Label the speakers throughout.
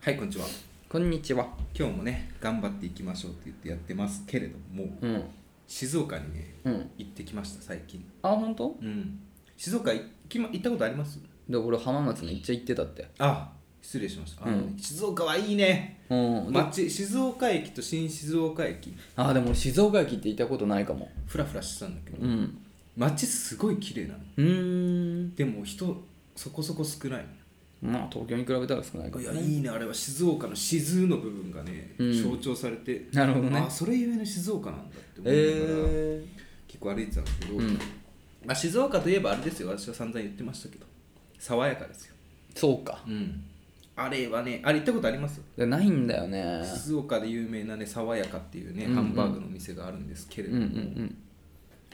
Speaker 1: はいこんにちは
Speaker 2: こんにちは。
Speaker 1: 今日もね頑張っていきましょうって言ってやってますけれども
Speaker 2: うん。
Speaker 1: 静岡にね
Speaker 2: うん。
Speaker 1: 行ってきました最近
Speaker 2: あ、本当？
Speaker 1: うん静岡行き、ま、行ったことあります
Speaker 2: で、俺浜松めっちゃ行ってたって。
Speaker 1: あ失礼しました、あのね
Speaker 2: う
Speaker 1: 静岡はいいね
Speaker 2: うん。で
Speaker 1: 街静岡駅と新静岡駅
Speaker 2: あ、でも俺静岡駅って行ったことないかも。
Speaker 1: フラフラしてたんだけど
Speaker 2: うん。
Speaker 1: 街すごい綺麗なの
Speaker 2: うーん。
Speaker 1: でも人そこそこ少ない
Speaker 2: まあ東京に比べたら少ないか
Speaker 1: い
Speaker 2: も、
Speaker 1: や
Speaker 2: ね。
Speaker 1: いいねあれは静岡の静の部分がね、
Speaker 2: うん
Speaker 1: 象徴されて
Speaker 2: なるほどね
Speaker 1: あそれゆえの静岡なんだって思いながら、
Speaker 2: え
Speaker 1: 結構歩いてたんですけど、
Speaker 2: ー。うん。
Speaker 1: まあ、静岡といえばあれですよ私は散々言ってましたけど爽やかですよ、
Speaker 2: そうか。
Speaker 1: うん、あれはねあれ行ったことあります
Speaker 2: でないんだよね。
Speaker 1: 静岡で有名なね爽やかっていうね、
Speaker 2: うんうん
Speaker 1: ハンバーグのお店があるんですけれ
Speaker 2: う
Speaker 1: ど
Speaker 2: んう
Speaker 1: も、
Speaker 2: ん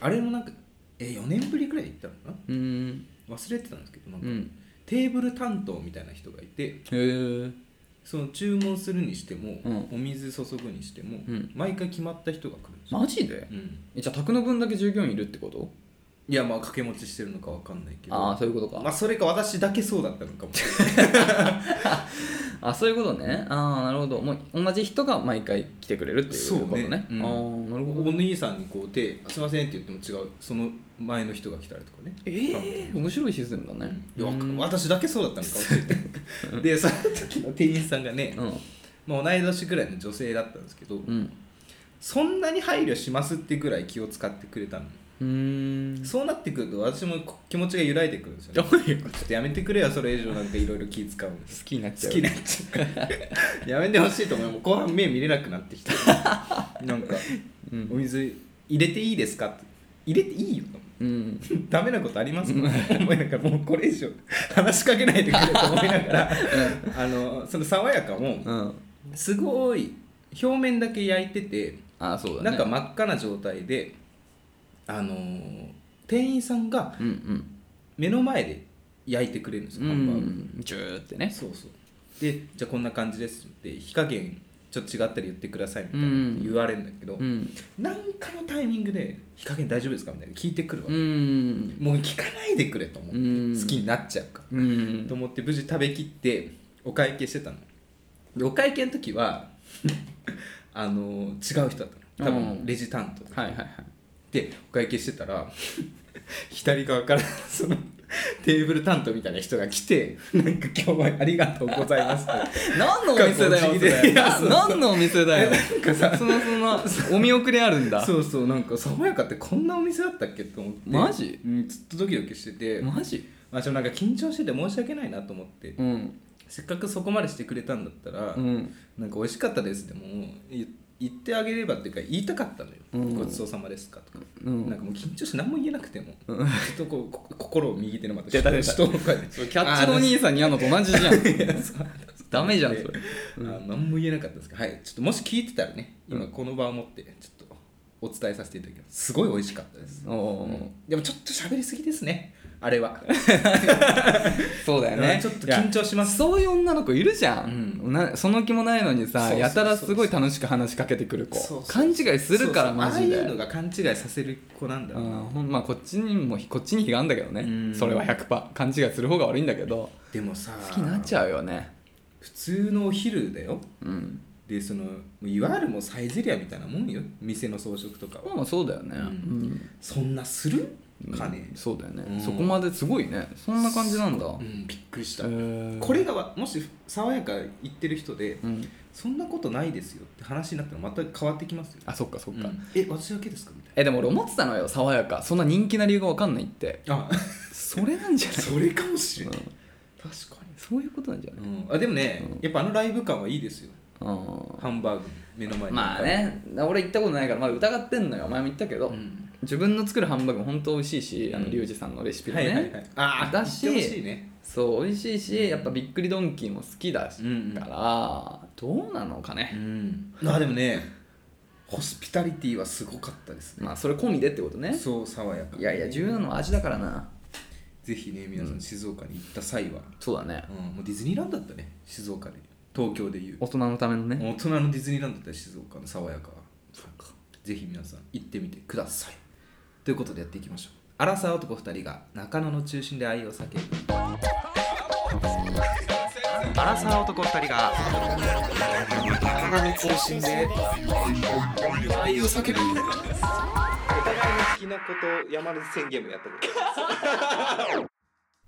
Speaker 1: あれもなんかえ4年ぶりくらい行ったのか
Speaker 2: うん。うーん。
Speaker 1: な忘れてたんですけどなん
Speaker 2: う
Speaker 1: か、
Speaker 2: ん。
Speaker 1: テーブル担当みたいな人がいて
Speaker 2: へえー。
Speaker 1: その注文するにしても、
Speaker 2: うん
Speaker 1: お水注ぐにしても、
Speaker 2: うん
Speaker 1: 毎回決まった人が来るんですよ、
Speaker 2: マジで？
Speaker 1: うん、
Speaker 2: えじゃあ宅の分だけ従業員いるってこと？
Speaker 1: いやまあ掛け持ちしてるのかわかんないけど
Speaker 2: ああそういうことか。
Speaker 1: まあ、それか私だけそうだったのかもしれない
Speaker 2: あそういうことねああなるほどもう同じ人が毎回来てくれるっていうことね
Speaker 1: そうねうん
Speaker 2: ああなるほ
Speaker 1: お
Speaker 2: ど
Speaker 1: 兄さんにこう手「すいません」って言っても違うその前の人が来たりとかね
Speaker 2: ええ面白いシステムだね
Speaker 1: いやわか
Speaker 2: うん
Speaker 1: 私だけそうだったのかもしれないでその時の店員さんがね、
Speaker 2: うん
Speaker 1: まあ、同い年ぐらいの女性だったんですけど、
Speaker 2: うん
Speaker 1: そんなに配慮しますってぐらい気を使ってくれたの、
Speaker 2: うーん
Speaker 1: そうなってくると私もこ気持ちが揺らいでくるんですよね
Speaker 2: どういうこ
Speaker 1: ちょっとやめてくれよそれ以上なんかいろいろ気使うの
Speaker 2: 好きになっち
Speaker 1: 好
Speaker 2: ゃう
Speaker 1: きになっちゃうやめてほしいと思うもう後半目見れなくなってきた なんか、
Speaker 2: うん
Speaker 1: お水入れていいですか?」って「入れていいよ」と
Speaker 2: うん
Speaker 1: ダメなことありますか思いながらもうこれ以上話しかけないでくれと思いながらあのその爽やかも
Speaker 2: うん
Speaker 1: すごい表面だけ焼いてて
Speaker 2: ああそうだ
Speaker 1: な
Speaker 2: ね
Speaker 1: んか真っ赤な状態であの店員さんが
Speaker 2: うんうん
Speaker 1: 目の前で焼いてくれるんですよ
Speaker 2: う
Speaker 1: ハンバーグ
Speaker 2: んジューってね
Speaker 1: そうそうでじゃあこんな感じですって火加減ちょっと違ったら言ってくださいみたいな
Speaker 2: うん
Speaker 1: 言われるんだけど、
Speaker 2: うん
Speaker 1: なんかのタイミングで火加減大丈夫ですかみたいな聞いてくるわ
Speaker 2: う
Speaker 1: け、
Speaker 2: ん
Speaker 1: もう聞かないでくれと思って、
Speaker 2: うん
Speaker 1: 好きになっちゃうから、
Speaker 2: う
Speaker 1: と
Speaker 2: ん
Speaker 1: 思って無事食べきってお会計してたのでお会計の時は あの違う人だったの多
Speaker 2: う
Speaker 1: 分
Speaker 2: ん
Speaker 1: レジ担当
Speaker 2: はいはいはい
Speaker 1: でお会計してたら 左側からそのテーブル担当みたいな人が来て「なんか今日はありがとうございます」って
Speaker 2: 何のお店だよ
Speaker 1: 不思議
Speaker 2: そ
Speaker 1: で
Speaker 2: れ
Speaker 1: いやそう
Speaker 2: 何のお店だよ
Speaker 1: なんかさ
Speaker 2: そのそのお見送りあるんだ
Speaker 1: そうそうなんか爽やかってこんなお店だったっけと思って
Speaker 2: マジ
Speaker 1: うん、ずっとドキドキしてて、ま
Speaker 2: マジ
Speaker 1: あ、ちょっとなんか緊張してて申し訳ないなと思って、
Speaker 2: うん
Speaker 1: せっかくそこまでしてくれたんだったら、
Speaker 2: うん
Speaker 1: なんか美味しかったですでもい言ってあげればっていうか言いたかったのよ、
Speaker 2: うん
Speaker 1: ごちそうさまですかとか、
Speaker 2: うん
Speaker 1: なんかもう緊張して何も言えなくても、
Speaker 2: うん
Speaker 1: ずっとこうこ心を右手のまた
Speaker 2: 出た出た
Speaker 1: 人をこうやって
Speaker 2: それキャッチのお兄さんにやんのと同じじゃんダメじゃんそれ
Speaker 1: あー何も言えなかったんですけど、はい、ちょっともし聞いてたらね今この場を持ってちょっとお伝えさせていただきますすごい美味しかったです、
Speaker 2: お
Speaker 1: う
Speaker 2: ー
Speaker 1: んでもちょっと喋りすぎですねあれ は
Speaker 2: そうだよね
Speaker 1: ちょっと緊張します
Speaker 2: いやそういう女の子いるじゃん、
Speaker 1: う
Speaker 2: なその気もないのに
Speaker 1: そ
Speaker 2: さ
Speaker 1: うそうそう
Speaker 2: やたらすごい楽しく話しかけてくる子
Speaker 1: そうそう
Speaker 2: 勘違いするか
Speaker 1: そう
Speaker 2: ら
Speaker 1: そう
Speaker 2: マジで
Speaker 1: ああいうのが勘違いさせる子なんだ
Speaker 2: う
Speaker 1: ろうな、
Speaker 2: んほんまあこっちにもこっちに非があるんだけどね、
Speaker 1: うん
Speaker 2: それは100%勘違いする方が悪いんだけど
Speaker 1: でもさ
Speaker 2: 好きになっちゃうよね
Speaker 1: 普通のお昼だよ
Speaker 2: うん
Speaker 1: でそのもういわゆるもうサイゼリアみたいなもんよ店の装飾とかは、
Speaker 2: まあそうだよね
Speaker 1: う
Speaker 2: うんん、
Speaker 1: そんなするかね
Speaker 2: うん、そうだよね、
Speaker 1: うん
Speaker 2: そこまですごいねそんな感じなんだ、
Speaker 1: うん、びっくりした、
Speaker 2: えー
Speaker 1: これがわもし爽やか言ってる人で、
Speaker 2: うん
Speaker 1: そんなことないですよって話になったらまた変わってきますよ、
Speaker 2: あそっかそっか、
Speaker 1: うんえ私だけですかみたい
Speaker 2: えでも俺思ってたのよ爽やかそんな人気な理由が分かんないって
Speaker 1: なあ
Speaker 2: それなんじゃない
Speaker 1: それかもしれない、
Speaker 2: うん
Speaker 1: 確か
Speaker 2: そういうことなんじゃない
Speaker 1: に、うん、あでもね、
Speaker 2: うん
Speaker 1: やっぱあのライブ感はいいですよ
Speaker 2: あ
Speaker 1: ハンバーグ目の前に
Speaker 2: まあね俺行ったことないから、まあ、疑ってんのよ前も言ったけど、
Speaker 1: うん
Speaker 2: 自分の作るハンバーグも本当美味しいし、あ
Speaker 1: う
Speaker 2: の
Speaker 1: ん
Speaker 2: リュウジさんのレシピも
Speaker 1: は
Speaker 2: ね、
Speaker 1: いはいはいああ
Speaker 2: だし
Speaker 1: 言ってほしいね
Speaker 2: そう美味しいしやっぱびっくりドンキーも好きだし、
Speaker 1: うん
Speaker 2: からどうなのか
Speaker 1: う
Speaker 2: ね、
Speaker 1: んあでもねホスピタリティはすごかったですね
Speaker 2: まあそれ込みでってことね
Speaker 1: そう爽やか
Speaker 2: いやいや重要なのは味だからな
Speaker 1: ぜひね皆さん静岡に行った際は、
Speaker 2: そうだね
Speaker 1: うんもうディズニーランドだったね静岡で東京でいう
Speaker 2: 大人のためのね
Speaker 1: 大人のディズニーランドだったら静岡の爽やかはぜひ皆さん行ってみてくださいということでやっていきましょうアラサー男2人が中野の中心で愛を叫ぶ
Speaker 3: アラサー男2人が
Speaker 1: 好きなこと山根宣言もやったこと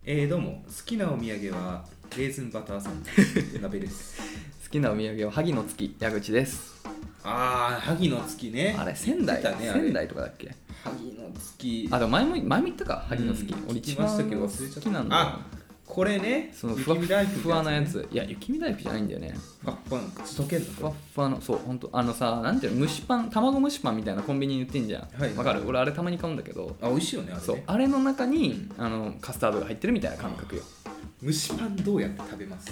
Speaker 1: えー、どうも好きなお土産はレーズンバターサンド鍋です
Speaker 2: 好きなお土産は萩の月矢口です
Speaker 1: ああ萩の月ね
Speaker 2: あれ仙台、
Speaker 1: 言ってたねあれ
Speaker 2: 仙台とかだっけ
Speaker 1: 萩の月
Speaker 2: あでも前も前も言ったか萩の月、
Speaker 1: うん
Speaker 2: 俺一番
Speaker 1: 聞きましたけど
Speaker 2: 好
Speaker 1: 忘れちゃった
Speaker 2: きなんだよ
Speaker 1: あこれね
Speaker 2: そのふ
Speaker 1: 雪
Speaker 2: わ
Speaker 1: 見
Speaker 2: ふ
Speaker 1: 大
Speaker 2: わ
Speaker 1: 福って
Speaker 2: ふわなやついや雪見大福じゃないんだよね
Speaker 1: あっパン口溶けんの
Speaker 2: ふわっふわのそう本当あのさなんていうの蒸しパン卵蒸しパンみたいなコンビニに売ってんじゃんわ、
Speaker 1: はい
Speaker 2: かる俺あれたまに買うんだけど
Speaker 1: あ美味しいよねあれね
Speaker 2: そうあれの中にあのカスタードが入ってるみたいな感覚よ
Speaker 1: 蒸しパンどうやって食べます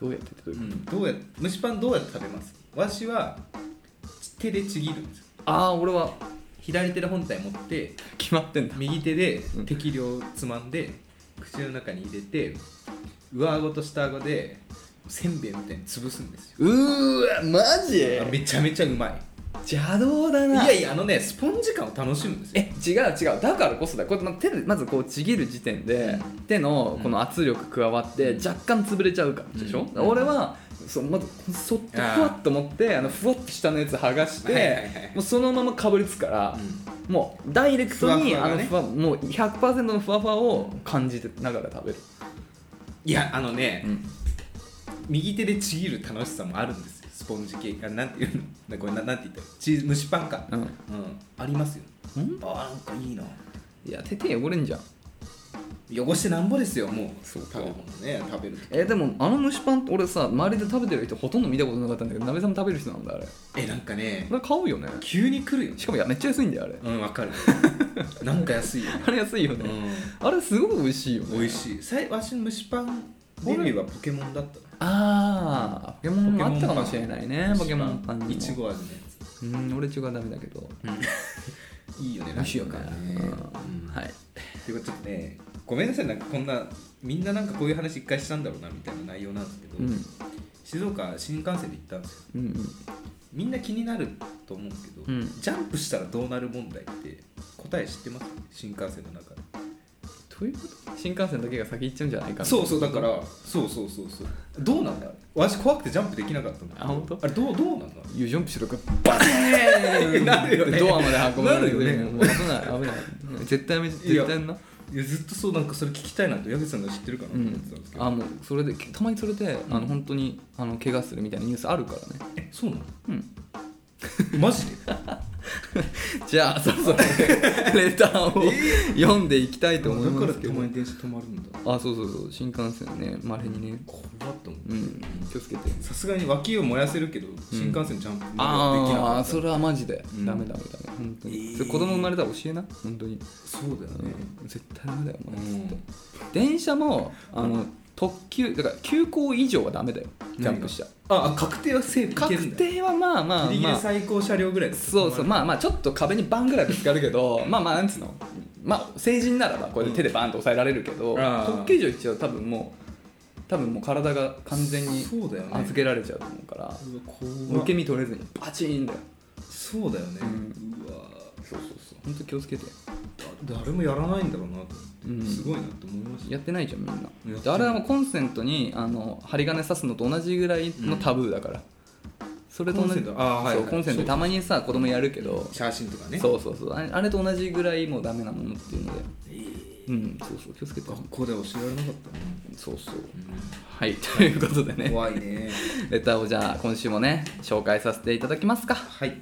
Speaker 2: どうやってってどう
Speaker 1: う
Speaker 2: いうこと、
Speaker 1: んどうや蒸しパンどうやって食べますわしはち手でちぎるんですよ
Speaker 2: ああ俺は
Speaker 1: 左手で本体持って
Speaker 2: 決まってんだ
Speaker 1: 右手で
Speaker 2: うん
Speaker 1: 適量つまんで口の中に入れて上顎と下顎でせんべいみたいに潰すんですよ
Speaker 2: うーわマジ
Speaker 1: あめちゃめちゃうまい
Speaker 2: 邪道だ
Speaker 1: い
Speaker 2: ない
Speaker 1: やいやあのねスポンジ感を楽しむんですよ
Speaker 2: え違う違うだからこそだよこれま手でまずこうちぎる時点で、
Speaker 1: うん
Speaker 2: 手のこの圧力加わって
Speaker 1: うん
Speaker 2: 若干潰れちゃうからでしょ、
Speaker 1: うん
Speaker 2: 俺はそうまずそっと
Speaker 1: あー
Speaker 2: ふわっと持ってあのふわっと下のやつ剥がして、
Speaker 1: はいはいはい
Speaker 2: もうそのままかぶりつくから、もうダイレクトに
Speaker 1: ふわふわがね
Speaker 2: あのふわもう100%のふわふわを感じてながら食べる、
Speaker 1: いやあのね、右手でちぎる楽しさもあるんですよスポンジ系あなんていうのなこれななんて言ったのチーズ蒸しパンか、
Speaker 2: うん
Speaker 1: ありますよ
Speaker 2: うん
Speaker 1: あなんかいいない
Speaker 2: や手手汚れんじゃん
Speaker 1: 汚してなんぼですよもう
Speaker 2: そうか
Speaker 1: 食べ物ね食べると
Speaker 2: えでもあの蒸しパンって俺さ周りで食べてる人ほとんど見たことなかったんだけど鍋さんも食べる人なんだあれ
Speaker 1: えなんかね
Speaker 2: あれ買うよね
Speaker 1: 急に来るよ
Speaker 2: しかもいやめっちゃ安いんだよあれ
Speaker 1: うんわか るなんか安いよね、
Speaker 2: あれ安いよね、あれすごく美味しいよね
Speaker 1: 美味しいさいわしの蒸しパンデビューはポケモンだった
Speaker 2: ああポケモンもあったかもしれないねポケモンパンにも
Speaker 1: いちご味のや
Speaker 2: うん俺中がダメだけど
Speaker 1: ついいよね
Speaker 2: 美味しいよね
Speaker 1: なんか
Speaker 2: う
Speaker 1: ね
Speaker 2: ん
Speaker 1: うん
Speaker 2: はい
Speaker 1: ということでねごめんなさいなんかこんなみんななんかこういう話一回したんだろうなみたいな内容なんですけど、
Speaker 2: うん
Speaker 1: 静岡新幹線で行ったんですよ
Speaker 2: うんうん
Speaker 1: みんな気になると思うんですけど、
Speaker 2: うん
Speaker 1: ジャンプしたらどうなる問題って答え知ってます新幹線の中で
Speaker 2: ということ新幹線だけが先行っちゃうんじゃないかな
Speaker 1: そうそうだからそうそうそうそうどうなんだあれわし怖くてジャンプできなかったんだけど
Speaker 2: あ本当
Speaker 1: あれどうどうなんだ
Speaker 2: ユージョンプしろかバー ン
Speaker 1: なるよね
Speaker 2: ドアまで運ばれ
Speaker 1: なるよね
Speaker 2: もう危ない危ない絶対やめ絶対やんない
Speaker 1: やずっとそうなんかそれ聞きたいなと矢口さんが知ってるかなと思ってたんですけど、
Speaker 2: あもうそれでたまにそれで、あの本当にあの怪我するみたいなニュースあるからね
Speaker 1: えそうなの
Speaker 2: うん
Speaker 1: マジで
Speaker 2: じゃあそろ そろレターを読んでいきたいと思いますけど
Speaker 1: 電車止まるんだ
Speaker 2: あそうそうそう新幹線ねまれにね
Speaker 1: 怖っと思って
Speaker 2: うん気をつけて
Speaker 1: さすがに脇を燃やせるけど新幹線ジャンプまだできな
Speaker 2: あ
Speaker 1: か
Speaker 2: あ
Speaker 1: った
Speaker 2: それはマジで、
Speaker 1: うん
Speaker 2: ダメダメダメ本当に、
Speaker 1: えー
Speaker 2: それ子供生まれたら教えな本当に、
Speaker 1: そうだよね
Speaker 2: うん絶対ダメだよお前、
Speaker 1: うん
Speaker 2: 電車もあの特急だから急行以上はダメだよジャンプしちゃ
Speaker 1: ああ確定はセーフいける
Speaker 2: 確
Speaker 1: んだ
Speaker 2: 定はまあまあ
Speaker 1: ギリギ
Speaker 2: ま
Speaker 1: リ
Speaker 2: あ
Speaker 1: 最高車両ぐらいだ
Speaker 2: そうそうまあまあちょっと壁にバンぐらいぶつかるけどまあまあなんつうのまあ成人ならばこれで手でバンと押さえられるけど、
Speaker 1: うんあー
Speaker 2: 特急以上行っちゃうと多分もう多分もう体が完全に
Speaker 1: そうだよね
Speaker 2: 預けられちゃうと思うから
Speaker 1: うわ
Speaker 2: もう
Speaker 1: 怖
Speaker 2: 受け身取れずにバチーンだよ
Speaker 1: そうだよね、
Speaker 2: う
Speaker 1: うわ
Speaker 2: そうそうそう本当気をつけて
Speaker 1: だ誰もやらないんだろうなと思って、
Speaker 2: うん
Speaker 1: すごいなって思いました
Speaker 2: やってないじゃんみん
Speaker 1: てない
Speaker 2: なであれはもうコンセントにあの針金刺すのと同じぐらいのタブーだから、それと同
Speaker 1: コ
Speaker 2: じ
Speaker 1: ンセントあーはい
Speaker 2: そう
Speaker 1: はい
Speaker 2: コンセントたまにさ子供やるけど、
Speaker 1: 写真とかね
Speaker 2: そうそうそうあれあれと同じぐらいもうダメなものっていうので
Speaker 1: えー
Speaker 2: うんそうそう気をつけて
Speaker 1: 学校では教えられなかったな、
Speaker 2: そうそう
Speaker 1: う
Speaker 2: はいということで
Speaker 1: ん
Speaker 2: ね
Speaker 1: 怖いね
Speaker 2: レターをじゃあ今週もね紹介させていただきますか
Speaker 1: はい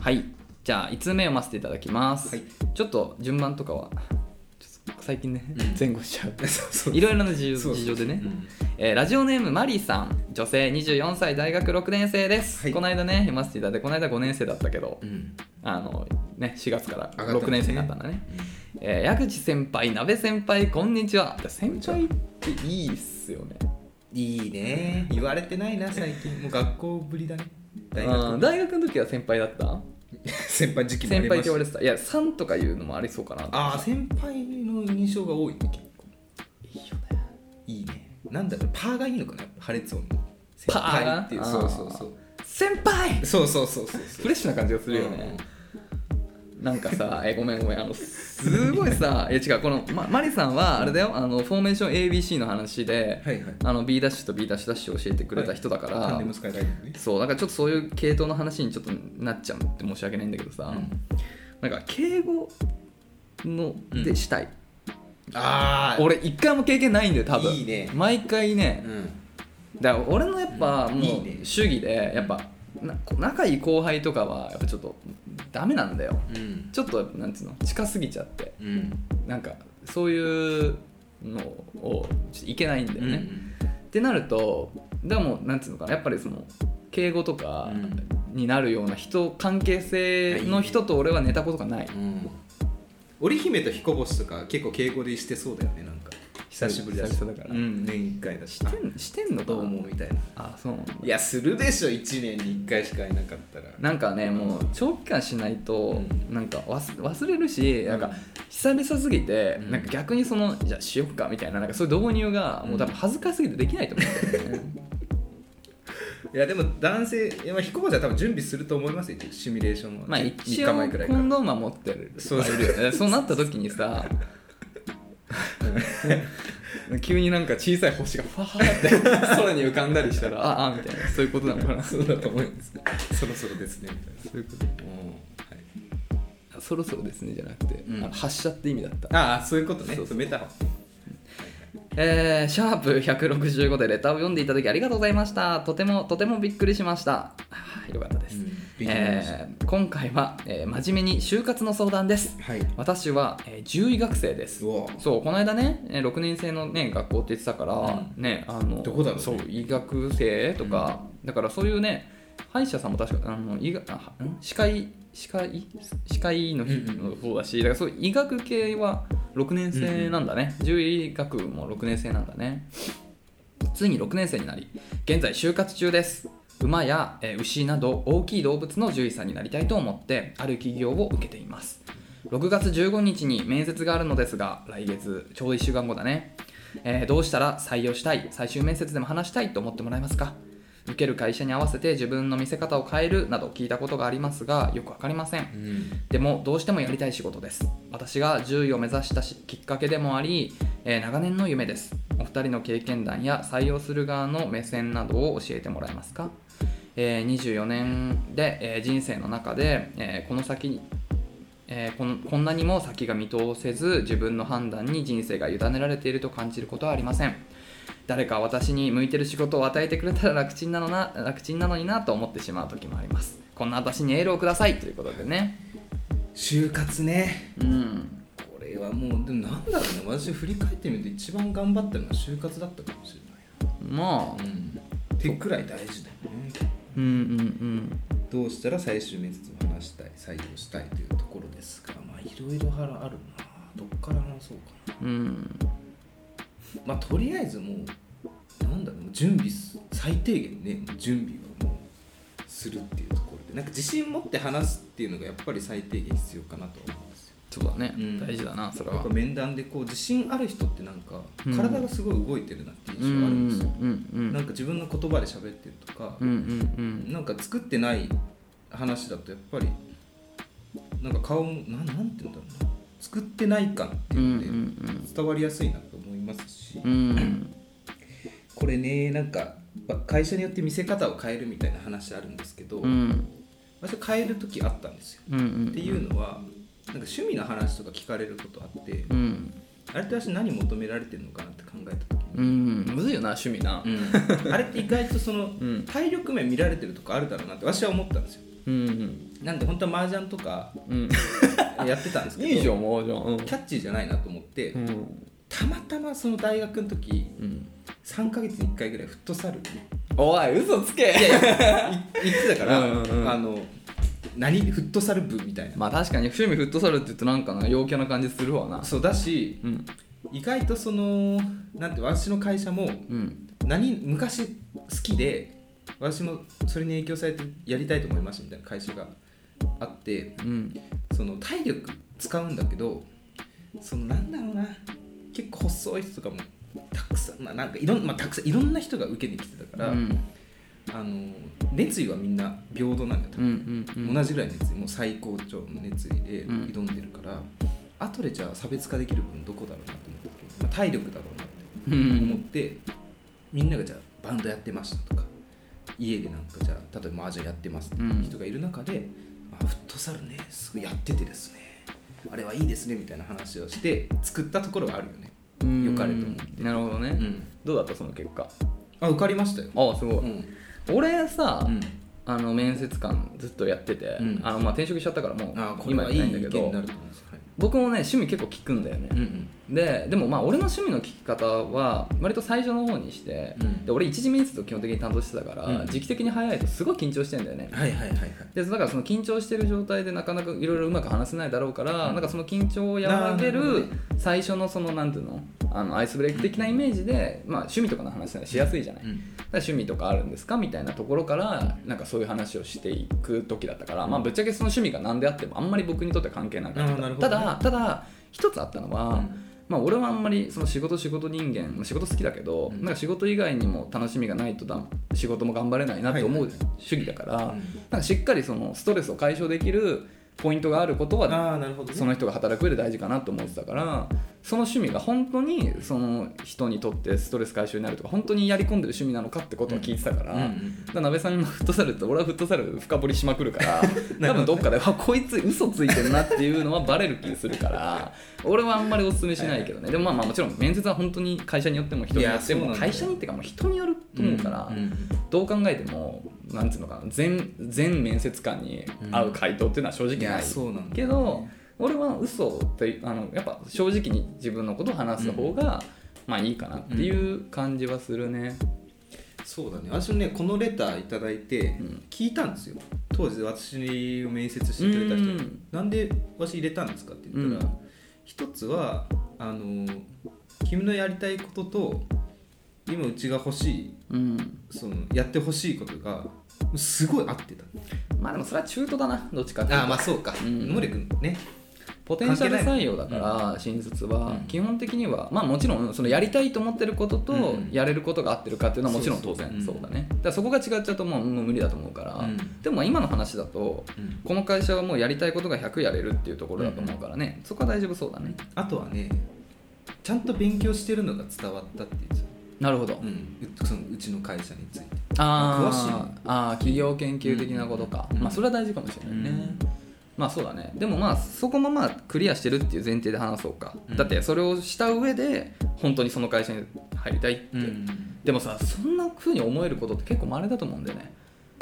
Speaker 2: はいじゃあ5つ目読ませていただきます、
Speaker 1: はい
Speaker 2: ちょっと順番とかはちょっと最近ね、
Speaker 1: うん
Speaker 2: 前後しちゃう
Speaker 1: そうそう
Speaker 2: いろいろな事
Speaker 1: そうそ
Speaker 2: 情
Speaker 1: う
Speaker 2: 事情でね、
Speaker 1: うん
Speaker 2: えーラジオネームマリーさん女性24歳大学6年生です、
Speaker 1: はい
Speaker 2: この間ね読ませていただいてこの間5年生だったけど、
Speaker 1: うん
Speaker 2: あのね4月から
Speaker 1: 上がったんだね
Speaker 2: 6年生になったんだねえー矢口先輩鍋先輩こんにちは先輩っていいっすよね
Speaker 1: いいね言われてないな最近もう学校ぶりだね大学
Speaker 2: うん大学の時は先輩だった
Speaker 1: 先輩時期もあ
Speaker 2: 先
Speaker 1: り
Speaker 2: 輩っ
Speaker 1: ま
Speaker 2: て
Speaker 1: し
Speaker 2: 言わ
Speaker 1: た
Speaker 2: れてたいや「さん」とか言うのもありそうかな
Speaker 1: ああ先輩の印象が多いね結構いいよねいいねなんだろうパーがいいのかな破裂音の先輩っていう
Speaker 2: パー
Speaker 1: そうそうそう
Speaker 2: 先輩
Speaker 1: そうそうそうそう
Speaker 2: フレッシュな感じがするよね、なんか さえごめんごめんあのすごいさいや違うこの、ま、マリさんはあれだよあのフォーメーション ABC の話で、
Speaker 1: はいはい
Speaker 2: あの B ダッシュと B ダッシュダッシュを教えてくれた人だから、
Speaker 1: タンデムスカイラインのね
Speaker 2: そうなんかちょっとそういう系統の話にちょっとなっちゃうって申し訳ないんだけどさ、なんか敬語の
Speaker 1: うん
Speaker 2: でしたい、
Speaker 1: ああ
Speaker 2: 俺一回も経験ないんだよ多分
Speaker 1: いいね
Speaker 2: 毎回ね
Speaker 1: うん
Speaker 2: だから俺のやっぱもう
Speaker 1: いいね
Speaker 2: 主義でやっぱな仲いい後輩とかはやっぱちょっとダメなんだよ
Speaker 1: うん
Speaker 2: ちょっとなんつうの近すぎちゃって
Speaker 1: うん
Speaker 2: なんかそういうのをちょっといけないんだよね、ってなるとでもうなんていうのかなやっぱりその敬語とか
Speaker 1: うん
Speaker 2: になるような人関係性の人と俺は寝たことがない
Speaker 1: うん織姫と彦星とか結構敬語でしてそうだよねなんか久しぶりだし
Speaker 2: 久々だから
Speaker 1: うん、年1回だし
Speaker 2: してんしてんのか
Speaker 1: どう思うみたいな
Speaker 2: あそうなんだ
Speaker 1: いやするでしょ1年に1回しかいなかったら
Speaker 2: なんかねもう長期間しないと
Speaker 1: う
Speaker 2: なんか忘忘れるし
Speaker 1: うん
Speaker 2: なんか久々すぎて
Speaker 1: うん
Speaker 2: なんか逆にそのじゃあしよっかみたいななんかそういう導入がもう多分恥ずかしすぎてできないと思うんだよ ね
Speaker 1: いやでも男性、いやまあ、彦星は多分準備すると思いますよシミュレーションは
Speaker 2: まあ
Speaker 1: 3
Speaker 2: 一
Speaker 1: 日
Speaker 2: 応コ
Speaker 1: 前くらいから
Speaker 2: ンドームは持ってる
Speaker 1: そうするよ
Speaker 2: えそうなった時にさ 急になんか小さい星がファーって 空に浮かんだりしたらああみたいなそういうことなのかな
Speaker 1: そうだと思いますそろそろですねみたいな
Speaker 2: そういうこと
Speaker 1: うんはい
Speaker 2: そろそろですねじゃなくて、
Speaker 1: うん
Speaker 2: あの発射って意味だった
Speaker 1: ああそういうことね
Speaker 2: そうそう
Speaker 1: メタファ
Speaker 2: えーシャープ165でレターを読んでいただきありがとうございましたとてもとてもびっくりしましたはいよかったです、
Speaker 1: うんびっくりしました
Speaker 2: えー今回は、えー真面目に就活の相談です
Speaker 1: ーはい
Speaker 2: 私は、えー獣医学生です
Speaker 1: うわ
Speaker 2: そうこの間ねえー6年生の、ね、学校って言ってたから、
Speaker 1: う
Speaker 2: ねあの
Speaker 1: どこだろうね
Speaker 2: そう医学生とか、だからそういうね歯医者さんも確かあの医学あはん歯科医歯科医歯科医の
Speaker 1: う
Speaker 2: 日
Speaker 1: んうん
Speaker 2: もそうだし、だからそう医学系は6年生なんだね、獣医学も6年生なんだねついに6年生になり現在就活中です馬やえー牛など大きい動物の獣医さんになりたいと思ってある企業を受けています6月15日に面接があるのですが来月ちょうど1週間後だね、えーどうしたら採用したい最終面接でも話したいと思ってもらえますか受ける会社に合わせて自分の見せ方を変えるなど聞いたことがありますがよく分かりません
Speaker 1: うん
Speaker 2: でもどうしてもやりたい仕事です私が獣医を目指したしきっかけでもあり、えー長年の夢ですお二人の経験談や採用する側の目線などを教えてもらえますか、えー24年で、えー人生の中で、えーこの先にえーこんこんなにも先が見通せず自分の判断に人生が委ねられていると感じることはありません誰か私に向いてる仕事を与えてくれたら楽ちんなのな楽ちんなのになと思ってしまう時もありますこんな私にエールをくださいということでね
Speaker 1: 就活ね
Speaker 2: うん
Speaker 1: これはもうでもなんだろうね私振り返ってみると一番頑張ったのは就活だったかもしれ
Speaker 2: まあ
Speaker 1: ない、うん、ってくらい大事だよね
Speaker 2: うんうん
Speaker 1: どうしたら最終面接を話したい採用したいというところですがまあいろいろあるなどっから話そうかな
Speaker 2: うんうん
Speaker 1: まあとりあえずもうなんだろうもう準備す最低限ね準備はもうするっていうところでなんか自信持って話すっていうのがやっぱり最低限必要かなと思うんですよ
Speaker 2: そうだね、
Speaker 1: うん
Speaker 2: 大事だなそれ
Speaker 1: やっ
Speaker 2: は
Speaker 1: ぱ面談でこう自信ある人ってなんか
Speaker 2: うん
Speaker 1: 体がすごい動いてるなっていう
Speaker 2: うんう
Speaker 1: 印象あるん
Speaker 2: ん
Speaker 1: ですよ、
Speaker 2: うんうん
Speaker 1: なんか自分の言葉で喋ってるとか、
Speaker 2: うんうん
Speaker 1: なんか作ってない話だとやっぱりなんか顔もなんなんて言うんだろうな作ってない感って
Speaker 2: うんう
Speaker 1: い
Speaker 2: ん
Speaker 1: うので伝わりやすいなと思いますし、
Speaker 2: うんうん
Speaker 1: これねなんかまあ会社によって見せ方を変えるみたいな話あるんですけど、
Speaker 2: うん
Speaker 1: 私は変える時あったんですよ。
Speaker 2: うんうん
Speaker 1: っていうのはなんか趣味の話とか聞かれることあって、
Speaker 2: うん
Speaker 1: あれって私何求められてるのかなって考えた時に、
Speaker 2: うんむずいよな趣味な
Speaker 1: あれって意外とその、
Speaker 2: ん
Speaker 1: 体力面見られてるとこあるだろうなって私は思ったんですよ
Speaker 2: うん
Speaker 1: なんで本当は麻雀とか
Speaker 2: うん
Speaker 1: やってたんですけど
Speaker 2: いいじゃんもうじゃんうん
Speaker 1: キャッチーじゃないなと思って、
Speaker 2: うん
Speaker 1: たまたまその大学の時
Speaker 2: うん
Speaker 1: 3ヶ月に1回ぐらいフットサルに
Speaker 2: おい嘘つ
Speaker 1: 行
Speaker 2: け
Speaker 1: ってたから
Speaker 2: うんうんうん
Speaker 1: あの何フットサル部みたいな、
Speaker 2: まあ確かに趣味フットサルって言うとなんかな陽キャな感じするわな
Speaker 1: そうだし
Speaker 2: うん
Speaker 1: 意外とそのなんて私の会社も
Speaker 2: うん
Speaker 1: 何昔好きで私もそれに影響されてやりたいと思いましたみたいな会社があって
Speaker 2: うん
Speaker 1: その体力使うんだけどそのなんだろうな結構細い人とかもたくさんまあなんかいろん,、まあ、たくさんいろんな人が受けに来てたから、
Speaker 2: うん
Speaker 1: あの熱意はみんな平等なんだよ多
Speaker 2: う
Speaker 1: 分、
Speaker 2: んうんうん
Speaker 1: 同じぐらい熱意もう最高潮の熱意で
Speaker 2: うん
Speaker 1: 挑んでるから、後でじゃあ差別化できる分どこだろうなと思った時に、まあ、体力だろうなって
Speaker 2: うんう
Speaker 1: 思っ
Speaker 2: ん
Speaker 1: て、みんながじゃあバンドやってましたとか家でなんかじゃあ例えば麻雀やってますって
Speaker 2: うん
Speaker 1: 人がいる中で、あフットサルねすごいやっててですねあれはいいですねみたいな話をして作ったところはあるよね、
Speaker 2: うん
Speaker 1: 良かれと思って
Speaker 2: なるほどね、
Speaker 1: うん、
Speaker 2: どうだったその結果
Speaker 1: あ受かりましたよ、
Speaker 2: ああすごい、
Speaker 1: うん
Speaker 2: 俺さ、
Speaker 1: うん、
Speaker 2: あの面接官ずっとやってて、
Speaker 1: うん
Speaker 2: あのまあ転職しちゃったからもう
Speaker 1: あこれ
Speaker 2: 今
Speaker 1: は
Speaker 2: や
Speaker 1: い
Speaker 2: り
Speaker 1: い
Speaker 2: たい
Speaker 1: 意
Speaker 2: んだ
Speaker 1: 見
Speaker 2: け
Speaker 1: になる
Speaker 2: ど
Speaker 1: と思うんですよ、はい
Speaker 2: 僕もね趣味結構聞くんだよね、
Speaker 1: うんうん
Speaker 2: ででもまあ俺の趣味の聞き方は割と最初の方にして、
Speaker 1: うん
Speaker 2: で俺一次面接を基本的に担当してたから、
Speaker 1: うん
Speaker 2: 時期的に早いとすごい緊張してんだよね、
Speaker 1: はいはいはいはい
Speaker 2: でだからその緊張してる状態でなかなかいろいろうまく話せないだろうから、
Speaker 1: うん
Speaker 2: なんかその緊張を和らげ
Speaker 1: なるほど
Speaker 2: る
Speaker 1: ね
Speaker 2: 最初のそのなんていうのあのアイスブレイク的なイメージで、まあ、趣味とかの話ならしやすいじゃない、
Speaker 1: うん
Speaker 2: だから趣味とかあるんですかみたいなところからなんかそういう話をしていく時だったから、まあ、ぶっちゃけその趣味が何であってもあんまり僕にとっては関係なか
Speaker 1: あ
Speaker 2: っ
Speaker 1: ー
Speaker 2: た、
Speaker 1: なるほ
Speaker 2: た
Speaker 1: どね
Speaker 2: だただ一つあったの
Speaker 1: う
Speaker 2: は、
Speaker 1: ん
Speaker 2: まあ、俺はあんまりその仕事仕事人間まあ仕事好きだけど、
Speaker 1: うん
Speaker 2: なんか仕事以外にも楽しみがないとだ仕事も頑張れないなと思
Speaker 1: は
Speaker 2: う
Speaker 1: いは
Speaker 2: 主義だか
Speaker 1: う
Speaker 2: ら、
Speaker 1: ん
Speaker 2: なんかしっかりそのストレスを解消できるポイントがあることは
Speaker 1: ああなるほど、ね、
Speaker 2: その人が働く上で大事かなと思ってたからその趣味が本当にその人にとってストレス解消になるとか本当にやり込んでる趣味なのかってことを聞いてたから。
Speaker 1: うんうん
Speaker 2: だから鍋さんのフットサルって俺はフットサル深掘りしまくるから 多分どっかであこいつ嘘ついてるなっていうのはバレる気するから俺はあんまりお勧めしないけどねでもまあまあもちろん面接は本当に会社によっても人によって
Speaker 1: いやそうなん
Speaker 2: も
Speaker 1: だよね
Speaker 2: 会社にっていうかもう人によると思うから、
Speaker 1: んん
Speaker 2: どう考えてもなんつうのかな全全面接官に合う回答っていうのは正直
Speaker 1: い
Speaker 2: ない
Speaker 1: やそうなんだ
Speaker 2: けど俺は嘘ってあのやっぱ正直に自分のことを話す方が、まあいいかなっていう感じはするね。
Speaker 1: そうだね私もねこのレターいただいて
Speaker 2: うん
Speaker 1: 聞いたんですよ当時私を面接してくれた人に
Speaker 2: うん
Speaker 1: 「なんで私入れたんですか?」って言ったら、
Speaker 2: うん
Speaker 1: 一つはあの君のやりたいことと今うちが欲しい
Speaker 2: うん
Speaker 1: そのやってほしいことがすごい合ってた
Speaker 2: まあでもそれは中途だなどっちかっていうと
Speaker 1: ああまあそうか、
Speaker 2: うん
Speaker 1: 能力ね
Speaker 2: ポテンシャル採用だから新卒は
Speaker 1: うん
Speaker 2: 基本的にはまあもちろんそのやりたいと思ってることと
Speaker 1: うん
Speaker 2: やれることが合ってるかっていうのはもちろん
Speaker 1: そ
Speaker 2: 当
Speaker 1: うそう
Speaker 2: 然
Speaker 1: うん
Speaker 2: そうだねだからそこが違っちゃうともうもう無理だと思うから
Speaker 1: うん
Speaker 2: でもまあ今の話だと
Speaker 1: うん
Speaker 2: この会社はもうやりたいことが100やれるっていうところだと思うからねそこは大丈夫そうだね
Speaker 1: あとはねちゃんと勉強してるのが伝わったって言うんですよ、
Speaker 2: なるほど
Speaker 1: うん、うそのうちの会社について
Speaker 2: あ
Speaker 1: 詳しい
Speaker 2: ーあー企業研究的なことか、
Speaker 1: うん
Speaker 2: まあそれは大事かもしれないね、
Speaker 1: うん
Speaker 2: まあそうだねでもまあそこもまあクリアしてるっていう前提で話そうか、
Speaker 1: うん
Speaker 2: だってそれをした上で本当にその会社に入りたいって、でもさそんな風に思えることって結構稀だと思うんだよね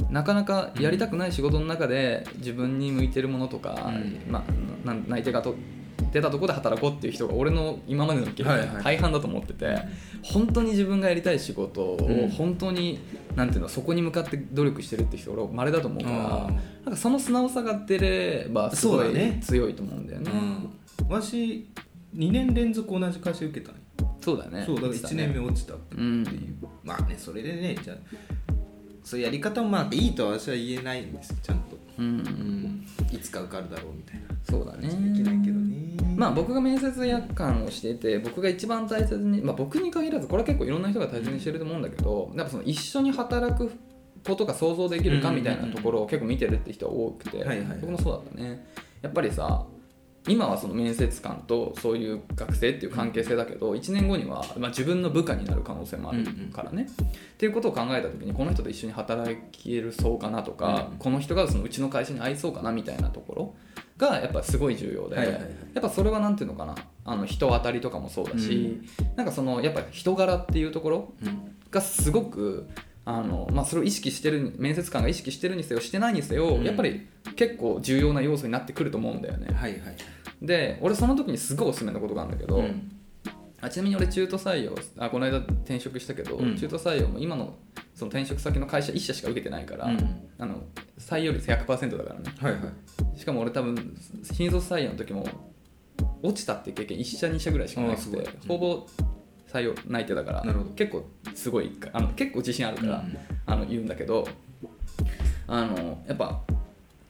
Speaker 2: なかなかやりたくない仕事の中で自分に向いてるものとか、
Speaker 1: うん
Speaker 2: まあ、な内定がと出たところで働こうっていう人が俺の今までの経
Speaker 1: はい
Speaker 2: 験
Speaker 1: はい
Speaker 2: 大半だと思ってて、本当に自分がやりたい仕事
Speaker 1: う
Speaker 2: を
Speaker 1: ん
Speaker 2: 本当に、なんていうのそこに向かって努力してるって人俺まれだと思うから
Speaker 1: あー
Speaker 2: なんかその素直さが出ればすご
Speaker 1: そうだ
Speaker 2: い
Speaker 1: ね
Speaker 2: 強いと思うんだよね
Speaker 1: うん、わし2年連続同じ会社受けたんよ
Speaker 2: そうだよね
Speaker 1: そうだから
Speaker 2: 言って
Speaker 1: 1
Speaker 2: たね
Speaker 1: 年目落ちたっていう、まあねそれでねじゃあそういうやり方もまあいいとは私は言えないんですよちゃんと、
Speaker 2: うん、
Speaker 1: うん、いつか受かるだろうみたいな
Speaker 2: そうだね
Speaker 1: できないけどね
Speaker 2: まあ僕が面接約款をしていて僕が一番大切に、まあ、僕に限らずこれは結構いろんな人が大切にしてると思うんだけどやっぱその一緒に働くことが想像できるかみたいなところを結構見てるって人は多くて、
Speaker 1: はいはいはい
Speaker 2: 僕もそうだったねやっぱりさ今はその面接官とそういう学生っていう関係性だけど1年後には、まあ、自分の部下になる可能性もあるからね、っていうことを考えた時にこの人と一緒に働けるそうかなとか、
Speaker 1: うん
Speaker 2: この人がそのうちの会社に合いそうかなみたいなところがやっぱすごい重要で、
Speaker 1: はいはいはい
Speaker 2: やっぱそれは何ていうのかなあの人当たりとかもそうだし、なんかそのやっぱ人柄っていうところ
Speaker 1: うん
Speaker 2: がすごくあの、まあ、それを意識してる面接官が意識してるにせよしてないにせよ、
Speaker 1: うん
Speaker 2: やっぱり結構重要な要素になってくると思うんだよね。
Speaker 1: はいはい
Speaker 2: で俺その時にすごいおすすめのことがあるんだけど、
Speaker 1: うん
Speaker 2: あちなみに俺中途採用あこの間転職したけど、
Speaker 1: うん
Speaker 2: 中途採用も今のその転職先の会社1社しか受けてないから、
Speaker 1: うん
Speaker 2: あの採用率100%だからね
Speaker 1: はいはい
Speaker 2: しかも俺多分新卒採用の時も落ちたっていう経験1社2社ぐらいしかな
Speaker 1: あ
Speaker 2: く
Speaker 1: すご
Speaker 2: て、
Speaker 1: いうん
Speaker 2: ほぼ採用内定だから
Speaker 1: なるほど
Speaker 2: 結構すごいかあの結構自信あるから、
Speaker 1: うん
Speaker 2: あの言うんだけどあのやっぱ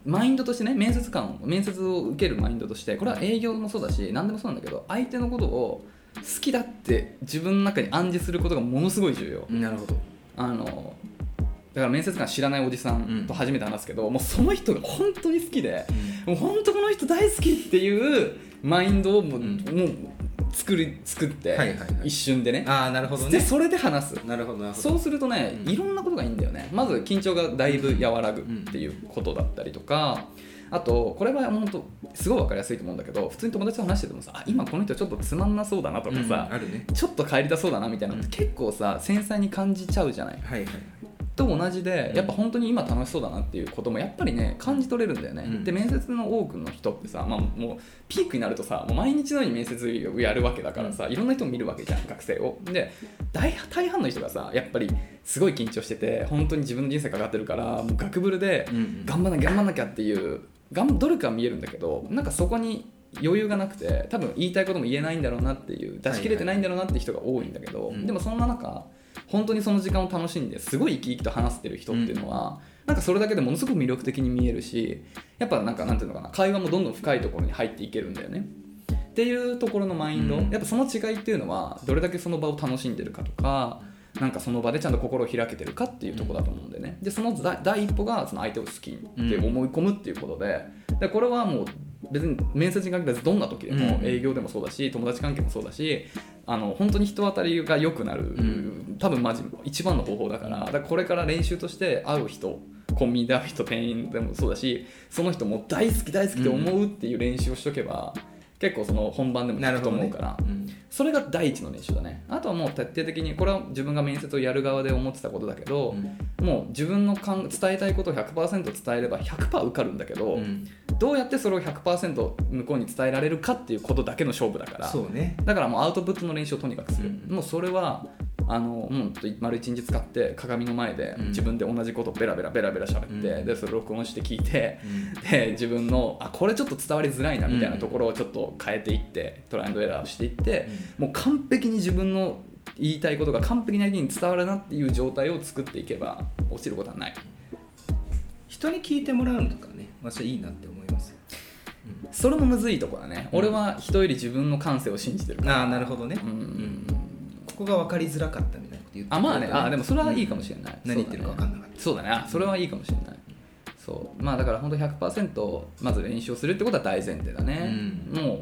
Speaker 2: マインドとしてね面接官を面接を受けるマインドとしてこれは営業もそうだし何でもそうなんだけど相手のことを好きだって自分の中に暗示することがものすごい重要
Speaker 1: なるほど
Speaker 2: あのだから面接官知らないおじさんと初めて話すけど、もうその人が本当に好きでもう本当この人大好きっていうマインドをもう,、
Speaker 1: うん
Speaker 2: もう作り作って、
Speaker 1: はいはいはい
Speaker 2: 一瞬でね
Speaker 1: ああなるほど
Speaker 2: で
Speaker 1: ね
Speaker 2: それで話す
Speaker 1: なるほどなるほど
Speaker 2: そうするとね、
Speaker 1: うん
Speaker 2: いろんなことがいいんだよねまず緊張がだいぶ和らぐっていうことだったりとか、あとこれは本当すごい分かりやすいと思うんだけど普通に友達と話しててもさあ今この人ちょっとつまんなそうだなとか
Speaker 1: うん
Speaker 2: さ、
Speaker 1: あるね
Speaker 2: ちょっと帰りたそうだなみたいなのって結構さ繊細に感じちゃうじゃない
Speaker 1: はいはい
Speaker 2: と同じで
Speaker 1: うん
Speaker 2: やっぱ本当に今楽しそうだなっていうこともやっぱりね感じ取れるんだよね、
Speaker 1: うん
Speaker 2: で面接の多くの人ってさ、まあ、もうピークになるとさもう毎日のように面接をやるわけだからさ、いろんな人を見るわけじゃん学生をで大大半の人がさやっぱりすごい緊張してて本当に自分の人生かかってるからもう学ぶるで
Speaker 1: うん
Speaker 2: 頑張らなきゃ頑張らなきゃっていう頑努力は見えるんだけどなんかそこに余裕がなくて多分言いたいことも言えないんだろうなっていう出し切れてないんだろうなって人が多いんだけど、
Speaker 1: うん
Speaker 2: でもそんな中本当にその時間を楽しんですごい生き生きと話してる人っていうのは、なんかそれだけでものすごく魅力的に見えるしやっぱなんかなんていうのかな会話もどんどん深いところに入っていけるんだよね。っていうところのマインド、
Speaker 1: うん
Speaker 2: やっぱその違いっていうのはどれだけその場を楽しんでるかとかなんかその場でちゃんと心を開けてるかっていうところだと思うんでねでその第第一歩がその相手を好きって思い込むっていうことで,、でこれはもう別に面接に限らずどんな時でも
Speaker 1: うん
Speaker 2: 営業でもそうだし友達関係もそうだしあの本当に人当たりが良くなる、
Speaker 1: ん
Speaker 2: 多分マジ一番の方法だからだからこれから練習として会う人コンビニで会う人店員でもそうだしその人も大好き大好きって思うっていう練習をしとけば、結構その本番でも
Speaker 1: な
Speaker 2: 効
Speaker 1: る
Speaker 2: く
Speaker 1: ほ
Speaker 2: と
Speaker 1: ど
Speaker 2: 思
Speaker 1: ね
Speaker 2: うから。
Speaker 1: うん
Speaker 2: それが第一の練習だねあとはもう徹底的にこれは自分が面接をやる側で思ってたことだけど、もう自分のかん伝えたいことを100%伝えれば100%受かるんだけど、
Speaker 1: うん
Speaker 2: どうやってそれを100%向こうに伝えられるかっていうことだけの勝負だから
Speaker 1: そうね
Speaker 2: だからもうアウトプットの練習をとにかくする、
Speaker 1: うん
Speaker 2: もうそれはあのもうほんと丸一日使って鏡の前で
Speaker 1: うん
Speaker 2: 自分で同じことをベラベラベラベラ喋って、
Speaker 1: うん
Speaker 2: でそれ録音して聞いて
Speaker 1: うん
Speaker 2: で自分のあこれちょっと伝わりづらいなみたいなところをちょっと変えていって、トライアンドエラーをしていって、もう完璧に自分の言いたいことが完璧な相手に伝わるなっていう状態を作っていけば落ちることはない
Speaker 1: 人に聞いてもらうのとかね私はいいなって思いますよ
Speaker 2: それもむずいとこだね、
Speaker 1: うん
Speaker 2: 俺は人より自分の感性を信じてるから
Speaker 1: ああなるほどね
Speaker 2: うん、
Speaker 1: ここが分かりづらかったみたいなこと言って
Speaker 2: あまあねあでもそれはいい
Speaker 1: か
Speaker 2: かもしれない、
Speaker 1: 何言ってるか分かんなかった
Speaker 2: そうだねあそれはいいかもしれないそうまあだから本当100%まず練習をするってことは大前提だね、
Speaker 1: う
Speaker 2: もう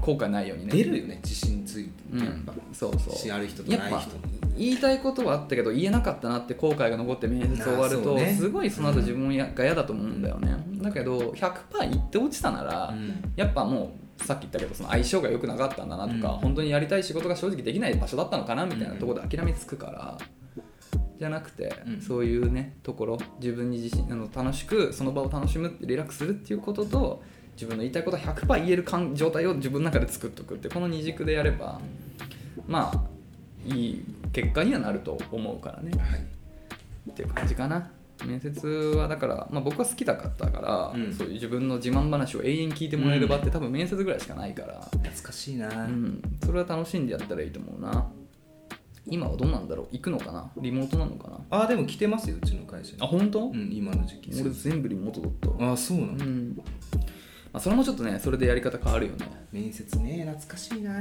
Speaker 2: 後悔ないようにね
Speaker 1: 出るよね自信ついて
Speaker 2: うん
Speaker 1: やっぱ
Speaker 2: そうそう
Speaker 1: 自信ある人とない
Speaker 2: やっ
Speaker 1: 人
Speaker 2: ぱ言いたいことはあったけど言えなかったなって後悔が残って面接終わる
Speaker 1: あそ
Speaker 2: と、
Speaker 1: うね
Speaker 2: すごいその後自分やが嫌だと思うんだよねだけど100%言って落ちたなら、
Speaker 1: うん
Speaker 2: やっぱもうさっき言ったけどその相性が良くなかったんだなとか、
Speaker 1: うん
Speaker 2: 本当にやりたい仕事が正直できない場所だったのかなみたいなところで諦めつくから、じゃなくて、
Speaker 1: うん
Speaker 2: そういうねところ自分に自信あの楽しくその場を楽しむリラックスするっていうことと自分の言いたいことを100%言える感状態を自分の中で作っとくってこの二軸でやればまあいい結果にはなると思うからね
Speaker 1: はい
Speaker 2: っていう感じかな面接はだから、まあ、僕は好きだかったから、
Speaker 1: うん
Speaker 2: そういう自分の自慢話を永遠聞いてもらえる場って多分面接ぐらいしかないから、
Speaker 1: 懐かしいな
Speaker 2: うんそれは楽しんでやったらいいと思うな今はどうなんだろう行くのかなリモートなのかな
Speaker 1: ああでも来てますようちの会社に
Speaker 2: あ本当、
Speaker 1: うん今の時期
Speaker 2: 俺全部リモートだった
Speaker 1: ああそうな
Speaker 2: う
Speaker 1: の
Speaker 2: んまあ、それもちょっとねそれでやり方変わるよね
Speaker 1: 面接ね懐かしいな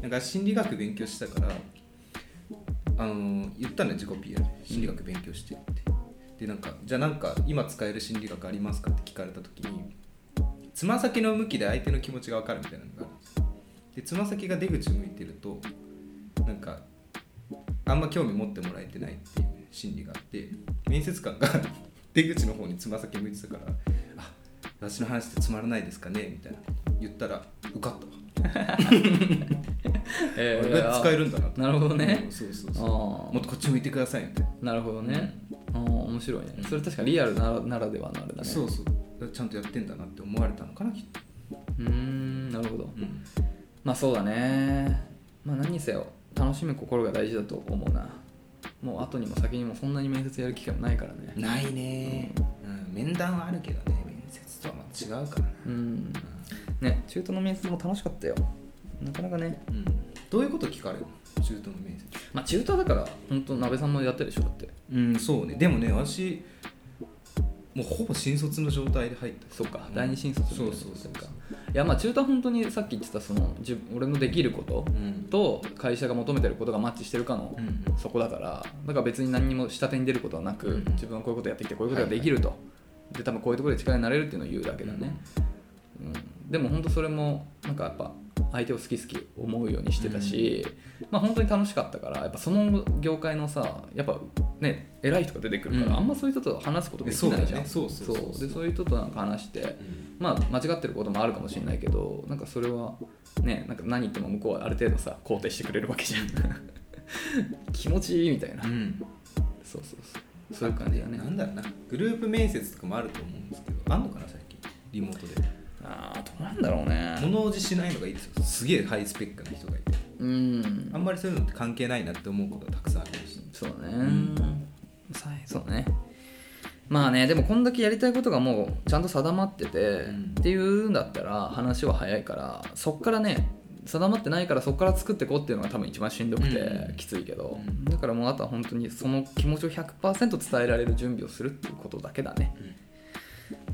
Speaker 1: なんか心理学勉強したからあの言ったのよ自己 PR 心理学勉強してるって、でなんかじゃあなんか今使える心理学ありますかって聞かれた時につま先の向きで相手の気持ちが分かるみたいなのがあるんですよでつま先が出口向いてるとなんかあんま興味持ってもらえてないっていう心理があって面接官が出口の方につま先向いてたから「あ私の話ってつまらないですかね?」みたいな言ったら受かったわ
Speaker 2: え
Speaker 1: これが使えるんだな
Speaker 2: なるほどね
Speaker 1: うんそうそう
Speaker 2: あ
Speaker 1: そう
Speaker 2: ー
Speaker 1: もっとこっち向いてくださいみたいな、
Speaker 2: なるほどね、あー面白いねそれ確かリアルならならではのあれだね
Speaker 1: そううそうだからちゃんとやってんだなって思われたのかなきっと、
Speaker 2: うーんなるほど
Speaker 1: うん
Speaker 2: まあそうだねまあ何にせよ楽しむ心が大事だと思うなもう後にも先にもそんなに面接やる機会もないからね
Speaker 1: ないね、うん、面談はあるけどね面接とはまた違うからな、
Speaker 2: うんね中途の面接も楽しかったよなかなかね
Speaker 1: うん、どういうこと聞かれるの中途の面接
Speaker 2: まあ中途だから本当鍋さんもやってるでしょだって
Speaker 1: うんそうねでもね私もうほぼ新卒の状態で入った
Speaker 2: そっか
Speaker 1: うん
Speaker 2: 第二新卒みたいな
Speaker 1: そうそうそう
Speaker 2: ことかいやまあ中途は本当にさっき言ってたその自分俺のできること
Speaker 1: うん
Speaker 2: と会社が求めてることがマッチしてるかの
Speaker 1: うんうん
Speaker 2: そこだからだから別に何にも下手に出ることはなく、
Speaker 1: うん
Speaker 2: 自分はこういうことやってきてこういうことができると、で多分こういうところで力になれるっていうのを言うだけだね、うん、でも本当それもなんかやっぱ相手を好き好き思うようにしてたし、まあ本当に楽しかったからやっぱその業界のさやっぱね偉い人が出てくるから、
Speaker 1: うん
Speaker 2: あんまそういう人と話すことできないじゃん
Speaker 1: えそうだよねそうそうそうそう
Speaker 2: でそういう人となんか話してまあ間違ってることもあるかもしれないけどなんかそれはねなんか何言っても向こうはある程度さ肯定してくれるわけじゃん 気持ちいいみたいな、
Speaker 1: うん
Speaker 2: そうそうそうそういう感じだね
Speaker 1: なんだろうなグループ面接とかもあると思うんですけどあんのかな最近リモートで
Speaker 2: ああどうなんだろうね
Speaker 1: 物おじしないのがいいですよすげえハイスペックな人がいて
Speaker 2: うん
Speaker 1: あんまりそういうのって関係ないなって思うことがたくさんありました
Speaker 2: そうね、
Speaker 1: ん
Speaker 2: さそうねまあねでもこんだけやりたいことがもうちゃんと定まってて、
Speaker 1: ん
Speaker 2: っていうんだったら話は早いからそっからね定まってないからそっから作ってこうっていうのが多分一番しんどくて
Speaker 1: うん
Speaker 2: きついけど、
Speaker 1: うん
Speaker 2: だからもうあとは本当にその気持ちを100%伝えられる準備をするっていうことだけだね、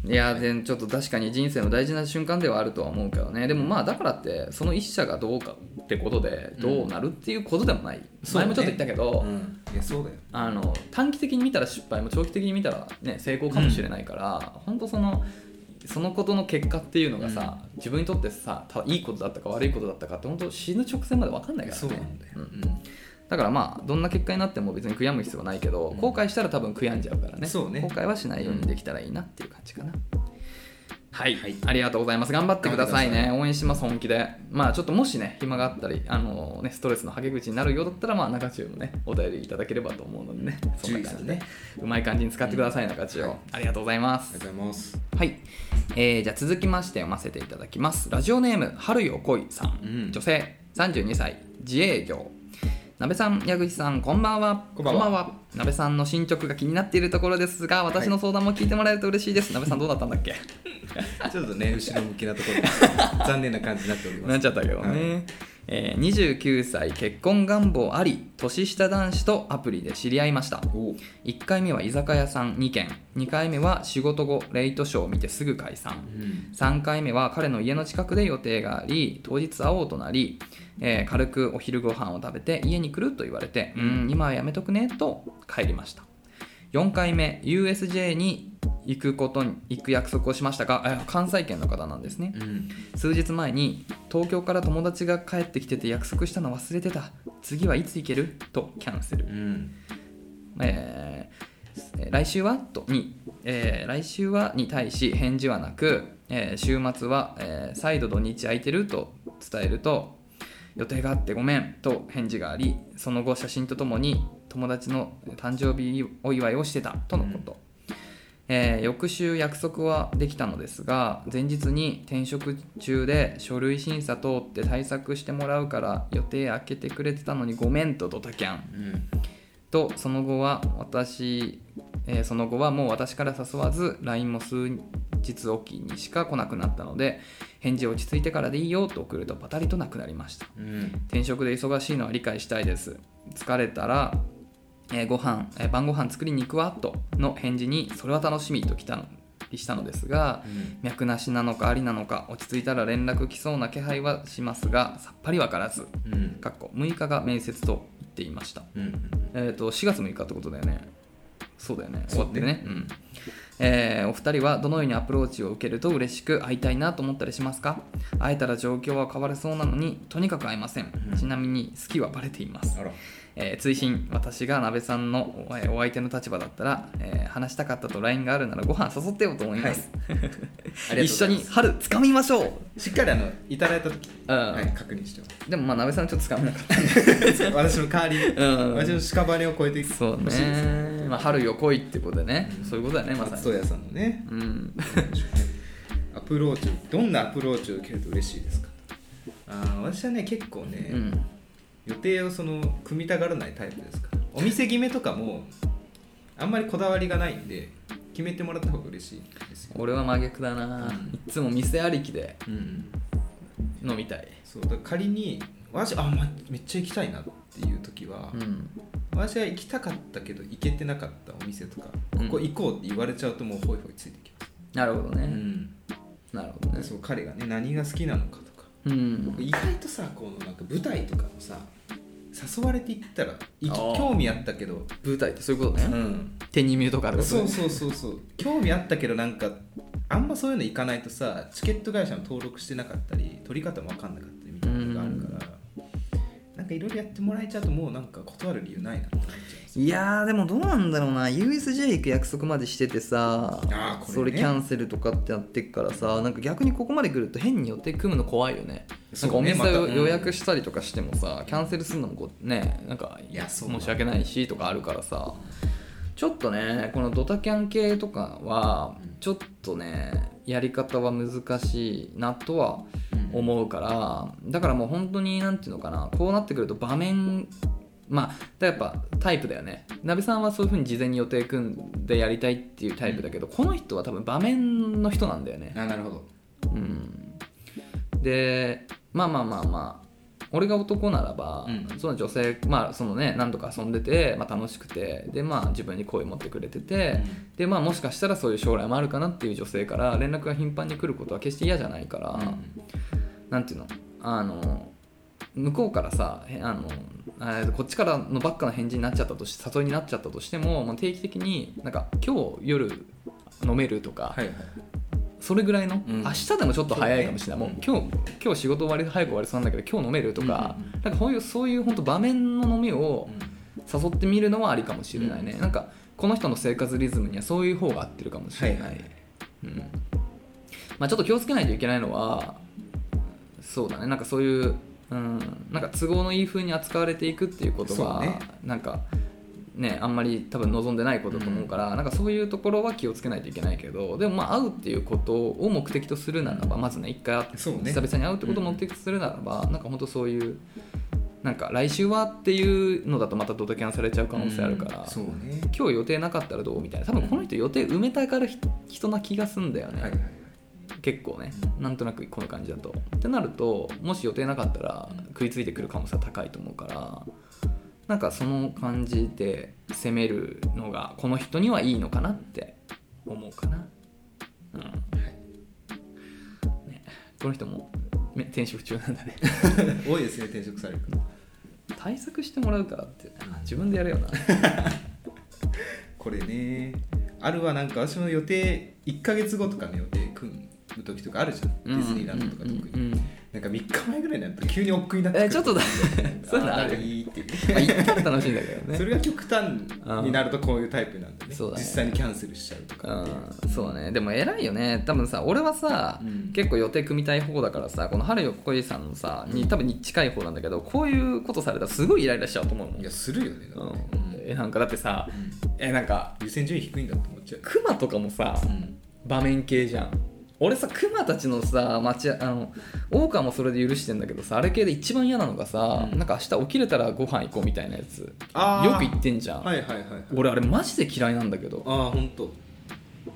Speaker 2: いやでちょっと確かに人生の大事な瞬間ではあるとは思うけどねでもまあだからってその一社がどうかってことでどうなるっていうことでもない、
Speaker 1: そう
Speaker 2: 前
Speaker 1: ね
Speaker 2: もちょっと言ったけど、
Speaker 1: うんいやそうだよ
Speaker 2: あの短期的に見たら失敗も長期的に見たら、ね、成功かもしれないから、本当そのそのことの結果っていうのがさ、自分にとってさたいいことだったか悪いことだったかって本当死ぬ直前まで分かんないから
Speaker 1: そ
Speaker 2: ね
Speaker 1: うなんだよ
Speaker 2: う
Speaker 1: うんん
Speaker 2: だからまあどんな結果になっても別に悔やむ必要はないけど
Speaker 1: うん
Speaker 2: 後悔したら多分悔やんじゃうからね
Speaker 1: そうね
Speaker 2: 後悔はしないようにできたらいいなっていう感じかな、はい、
Speaker 1: はい
Speaker 2: ありがとうございます頑張ってください
Speaker 1: 頑張って
Speaker 2: ね応援します本気でまあちょっともしね暇があったりあのねストレスの励口になるようだったらまあ中中もねお便りいただければと思うのでねそんな感じで、
Speaker 1: 獣医さんね
Speaker 2: うまい感じに使ってください中中を、
Speaker 1: はい
Speaker 2: ありがとうございます
Speaker 1: ありがとうございます
Speaker 2: はい、えーじゃあ続きまして読ませていただきますラジオネーム春よこいさん、
Speaker 1: うん
Speaker 2: 女性32歳自営業なべさん矢口さんこんばんは
Speaker 1: こんばんは
Speaker 2: なべさんの進捗が気になっているところですが私の相談も聞いてもらえると嬉しいです、なべさんどうだったんだっけ
Speaker 1: ちょっとね後ろ向きなところで残念な感じになっております
Speaker 2: なっちゃったけどね、えー29歳結婚願望あり年下男子とアプリで知り合いました
Speaker 1: おう
Speaker 2: 1回目は居酒屋さん2軒2回目は仕事後レイトショーを見てすぐ解散
Speaker 1: うん
Speaker 2: 3回目は彼の家の近くで予定があり当日会おうとなり、えー軽くお昼ご飯を食べて家に来ると言われて「う
Speaker 1: うん
Speaker 2: ん今はやめとくね」と帰りました4回目 USJ に行くことに行く約束をしましたが、えー関西圏の方なんですね
Speaker 1: うん
Speaker 2: 数日前に東京から友達が帰ってきてて約束したの忘れてた次はいつ行けるとキャンセル
Speaker 1: うん
Speaker 2: えーえー来週はとに、えー来週はに対し返事はなく、えー週末は、えー再度土日空いてると伝えると予定があってごめんと返事がありその後写真とともに友達の誕生日お祝いをしてたとのこと、えー翌週約束はできたのですが前日に転職中で書類審査通って対策してもらうから予定空けてくれてたのにごめんとドタキャ
Speaker 1: う
Speaker 2: ン
Speaker 1: ん
Speaker 2: とその後は私、えーその後はもう私から誘わず LINE も数日おきにしか来なくなったので返事落ち着いてからでいいよと送るとパタリとなくなりました
Speaker 1: うん
Speaker 2: 転職で忙しいのは理解したいです疲れたら、えーご飯、えー晩ご飯作りに行くわとの返事にそれは楽しみと来たのしたのですが脈なしなのかありなのか落ち着いたら連絡来そうな気配はしますがさっぱりわからず
Speaker 1: うん
Speaker 2: かっこ6日が面接と言っていました
Speaker 1: うん
Speaker 2: えー、と4月6日ってことだよねそうだよね終わってるね、
Speaker 1: そううん
Speaker 2: えーお二人はどのようにアプローチを受けると嬉しく会いたいなと思ったりしますか会えたら状況は変わりそうなのにとにかく会えません、
Speaker 1: うん
Speaker 2: ちなみに好きはバレています
Speaker 1: あ、ら
Speaker 2: えー追伸私がなべさんのおえーお相手の立場だったら、えー話したかったと LINE があるならご飯誘ってよと思います、
Speaker 1: ありがとうございます
Speaker 2: 一緒に春つかみましょう、
Speaker 1: しっかりあのいただいた時
Speaker 2: うん
Speaker 1: はい確認してます
Speaker 2: でもまあなべさんはちょっとつかめなかった
Speaker 1: 私の代わりに、
Speaker 2: うん
Speaker 1: 私の屍を越えていく
Speaker 2: そう
Speaker 1: 欲しいですね
Speaker 2: ね、まあ、春よ来いってことでね、
Speaker 1: うん
Speaker 2: そういうことだよねまさ
Speaker 1: 松
Speaker 2: に
Speaker 1: 任谷さんのね
Speaker 2: うん
Speaker 1: アプローチどんなアプローチを受けると嬉しいですかあー私はね結構ね、
Speaker 2: うん
Speaker 1: 予定をその組みたがらないタイプですからお店決めとかもあんまりこだわりがないんで決めてもらった方が嬉しいんですよ、
Speaker 2: 俺は真逆だな、
Speaker 1: うん
Speaker 2: いつも店ありきで
Speaker 1: うん、
Speaker 2: 飲みたい
Speaker 1: そうだから仮に私あ、ま、めっちゃ行きたいなっていう時は、
Speaker 2: うん
Speaker 1: 私は行きたかったけど行けてなかったお店とかここ行こうって言われちゃうともうホイホイついてきます
Speaker 2: なるほど
Speaker 1: う
Speaker 2: ね、
Speaker 1: ん、
Speaker 2: なるほどね
Speaker 1: そう彼がね何が好きなのかとか
Speaker 2: うん
Speaker 1: 意外とさこのなんか舞台とかもさ誘われていったらい
Speaker 2: あー
Speaker 1: 興味あったけど
Speaker 2: 舞台ってそういうことね、
Speaker 1: うん
Speaker 2: 手に見るとかってこと
Speaker 1: そ
Speaker 2: ね
Speaker 1: うそうそうそう興味あったけどなんかあんまそういうの行かないとさチケット会社も登録してなかったり取り方も分かんなかったりみたいなのがあるから、なんかいろいろやってもらえちゃうともうなんか断る理由ないなって思っちゃいます
Speaker 2: いやーでもどうなんだろうな USJ 行く約束までしててさ
Speaker 1: あーこ
Speaker 2: そ
Speaker 1: れね
Speaker 2: れキャンセルとかってやってっからさなんか逆にここまで来ると変に予定組むの怖いよねなんか
Speaker 1: そ
Speaker 2: お
Speaker 1: うね
Speaker 2: 店
Speaker 1: ま
Speaker 2: を
Speaker 1: たうん
Speaker 2: 予約したりとかしてもさキャンセルするのもこうねなんか
Speaker 1: いやそう
Speaker 2: 申し訳ないしとかあるからさちょっとねこのドタキャン系とかは
Speaker 1: うん
Speaker 2: ちょっとねやり方は難しいなとは思うからだからもう本当に何ていうのかなこうなってくると場面まあだからやっぱタイプだよね鍋さんはそういうふうに事前に予定組んでやりたいっていうタイプだけど、この人は多分場面の人なんだよね
Speaker 1: あなるほど
Speaker 2: うんでまあまあまあまあ俺が男ならば、
Speaker 1: うん
Speaker 2: その女性まあそのね何度か遊んでて、まあ、楽しくてでまあ自分に好意持ってくれてて、でまあもしかしたらそういう将来もあるかなっていう女性から連絡が頻繁に来ることは決して嫌じゃないから、なんていうのあの向こうからさへあのあこっちからのばっかの返事になっちゃったとし誘いになっちゃったとしてももう定期的になんか今日夜飲めるとか、
Speaker 1: はいはい
Speaker 2: それぐらいの、
Speaker 1: うん
Speaker 2: 明日でもちょっと早いかもしれ
Speaker 1: そ
Speaker 2: ない、
Speaker 1: うね
Speaker 2: もう今日今日仕事終わり早く終わりそうなんだけど今日飲めるとか、
Speaker 1: うんうん
Speaker 2: なんかこういうそういう本当場面の飲みを誘ってみるのはありかもしれないね、なんかこの人の生活リズムにはそういう方が合ってるかもしれない、
Speaker 1: はいはいはい
Speaker 2: うんまあ、ちょっと気をつけないといけないのはそうだねなんかそういう、うん、なんか都合のいい風に扱われていくっていうことは、
Speaker 1: そうね
Speaker 2: なんかねあんまり多分望んでないことだと思うから、なんかそういうところは気をつけないといけないけどでもまあ会うっていうことを目的とするならばまずね一回会って
Speaker 1: そうね
Speaker 2: 久々に会うってことを目的とするならば、なんか本当そういうなんか来週はっていうのだとまたドタキャンされちゃう可能性あるから、
Speaker 1: そうね
Speaker 2: 今日予定なかったらどうみたいな多分この人予定埋めたがる人人な気がすんだよね、
Speaker 1: はいはいはい
Speaker 2: 結構ねなんとなくこの感じだとってなるともし予定なかったら食いついてくる可能性は高いと思うからなんかその感じで攻めるのがこの人にはいいのかなって思うかなうんねこの人もめ転職中なんだね
Speaker 1: 多いですね転職される方
Speaker 2: 対策してもらうからって自分でやれよな
Speaker 1: これねあるはなんか私も予定1か月後とかの予定組む時とかあるじゃんディズニーランドとか特に、
Speaker 2: うんうんうん
Speaker 1: なんか3日前ぐらいになると急に億劫になってく
Speaker 2: え
Speaker 1: る
Speaker 2: ちょっとだそういうの
Speaker 1: あ
Speaker 2: あ
Speaker 1: ーな
Speaker 2: る
Speaker 1: んかいいっていう
Speaker 2: まあ行ったら楽しいんだけどね
Speaker 1: それが極端になるとこういうタイプなんだね
Speaker 2: そうだね
Speaker 1: 実際にキャンセルしちゃうとか
Speaker 2: うんそうねでも偉いよね多分さ俺はさ、
Speaker 1: うん
Speaker 2: 結構予定組みたい方だからさこの春よ恋さんのさに多分に近い方なんだけどこういうことされたらすごいイライラしちゃうと思うもん
Speaker 1: いやするよねだって
Speaker 2: うんえなんかだってさえなんか
Speaker 1: 優先順位低いんだって思っちゃう、
Speaker 2: クマとかもさ
Speaker 1: うん
Speaker 2: 場面系じゃん俺さクマたちのさ町あの大川もそれで許してんだけどさあれ系で一番嫌なのがさ、
Speaker 1: うん
Speaker 2: なんか明日起きれたらご飯行こうみたいなやつよ
Speaker 1: あー
Speaker 2: く言ってんじゃん、
Speaker 1: はいはいはいはい
Speaker 2: 俺あれマジで嫌いなんだけど
Speaker 1: ああほんと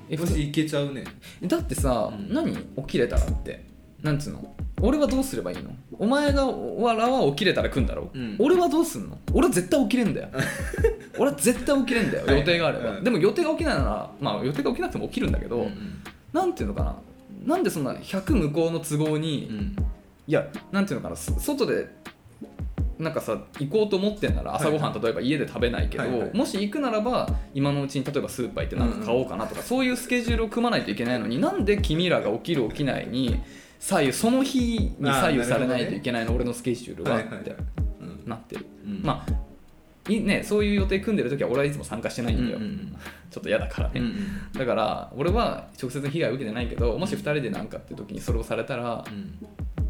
Speaker 2: え普通
Speaker 1: 私いけちゃうね
Speaker 2: だってさ、
Speaker 1: うん
Speaker 2: 何起きれたらってなんつうの俺はどうすればいいのお前がわらは起きれたら来んだろ、
Speaker 1: うん
Speaker 2: 俺はどうすんの俺は絶対起き れんだよ俺は絶対起きれんだ
Speaker 1: は
Speaker 2: よ
Speaker 1: い
Speaker 2: 予定があれば、
Speaker 1: うん
Speaker 2: でも予定が起きないならまあ予定が起きなくても起きるんだけど、
Speaker 1: ん
Speaker 2: なんていうのかななんでそんな100向こうの都合に、
Speaker 1: うん
Speaker 2: いやなんていうのかなそ外でなんかさ行こうと思ってんなら朝ごはん、
Speaker 1: はい
Speaker 2: 例えば家で食べないけど、
Speaker 1: はいはい
Speaker 2: もし行くならば今のうちに例えばスーパー行ってなんか買おうかなとか、そういうスケジュールを組まないといけないのになんで君らが起きる起きないに左右その日に左右されないといけないの、俺のスケジュールは
Speaker 1: はい
Speaker 2: っ
Speaker 1: はいはい
Speaker 2: て
Speaker 1: うん
Speaker 2: なってる、
Speaker 1: うん
Speaker 2: まあいね、そういう予定組んでる時は俺はいつも参加してないんだよ、
Speaker 1: うんうん
Speaker 2: ちょっと嫌だからね、
Speaker 1: うん
Speaker 2: だから俺は直接被害を受けてないけどもし2人でなんかって時にそれをされたら、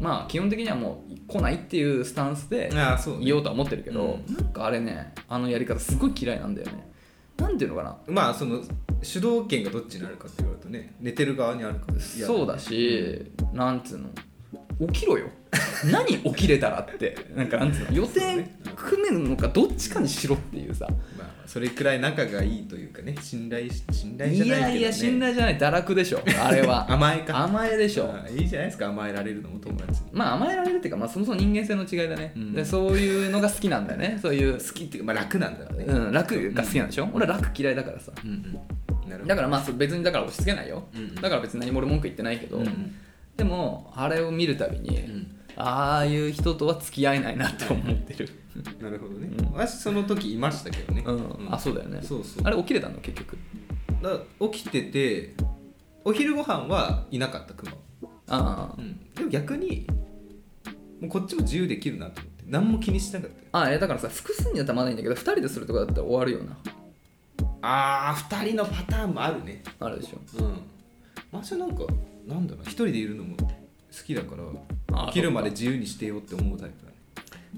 Speaker 2: まあ基本的にはもう来ないっていうスタンスで
Speaker 1: うんああそうね
Speaker 2: 言おうとは思ってるけど、
Speaker 1: う
Speaker 2: なんかあれねあのやり方すごい嫌いなんだよねなんていうのかな
Speaker 1: まあその主導権がどっちにあるかって言われるとね寝てる側にあるから嫌
Speaker 2: そうだし、なんつうの起きろよ 何起きれたらってなんかなんつうの予
Speaker 1: そう
Speaker 2: 定
Speaker 1: ね
Speaker 2: 組めるのかどっちかにしろっていうさ
Speaker 1: まあ、それくらい仲がいいというかね信頼し信頼じゃ
Speaker 2: い
Speaker 1: ないけど、
Speaker 2: や
Speaker 1: ね、
Speaker 2: いや信頼じゃない堕落でしょあれ は
Speaker 1: 甘えか
Speaker 2: 甘えでしょ
Speaker 1: あいいじゃないですか甘えられるのも友達に
Speaker 2: まあ甘えられるっていうか、まあ、そもそも人間性の違いだね、
Speaker 1: うん
Speaker 2: でそういうのが好きなんだ よねそういう
Speaker 1: 好きっていうか、まあ、楽なんだよね
Speaker 2: うん、楽が好きなんでしょ、俺は楽嫌いだからさ
Speaker 1: うんうんなるほど
Speaker 2: だからまあそ別にだから押し付けないよ、
Speaker 1: うんうん
Speaker 2: だから別に何も俺文句言ってないけど、
Speaker 1: うん
Speaker 2: でもあれを見るたびに、
Speaker 1: うん
Speaker 2: ああいう人とは付き合えないなって思ってる、
Speaker 1: なるほどね、
Speaker 2: うん
Speaker 1: 私その時いましたけどね、
Speaker 2: うんあそううだよね
Speaker 1: そうそう
Speaker 2: あれ起きれたの結局
Speaker 1: だ起きててお昼ご飯はいなかった熊、
Speaker 2: ああ
Speaker 1: うん、でも逆にもうこっちも自由できるなと思って何も気にしなかったよ
Speaker 2: あえだからさ複数にだったらまだいいんだけど2人でするとかだったら終わるよな
Speaker 1: あー2人のパターンもあるね
Speaker 2: あるでしょ
Speaker 1: うん私はなんかなんだろう一人でいるのも好きだか
Speaker 2: あ
Speaker 1: ら
Speaker 2: ー
Speaker 1: 起きるまで自由にしてよって思うタイプだね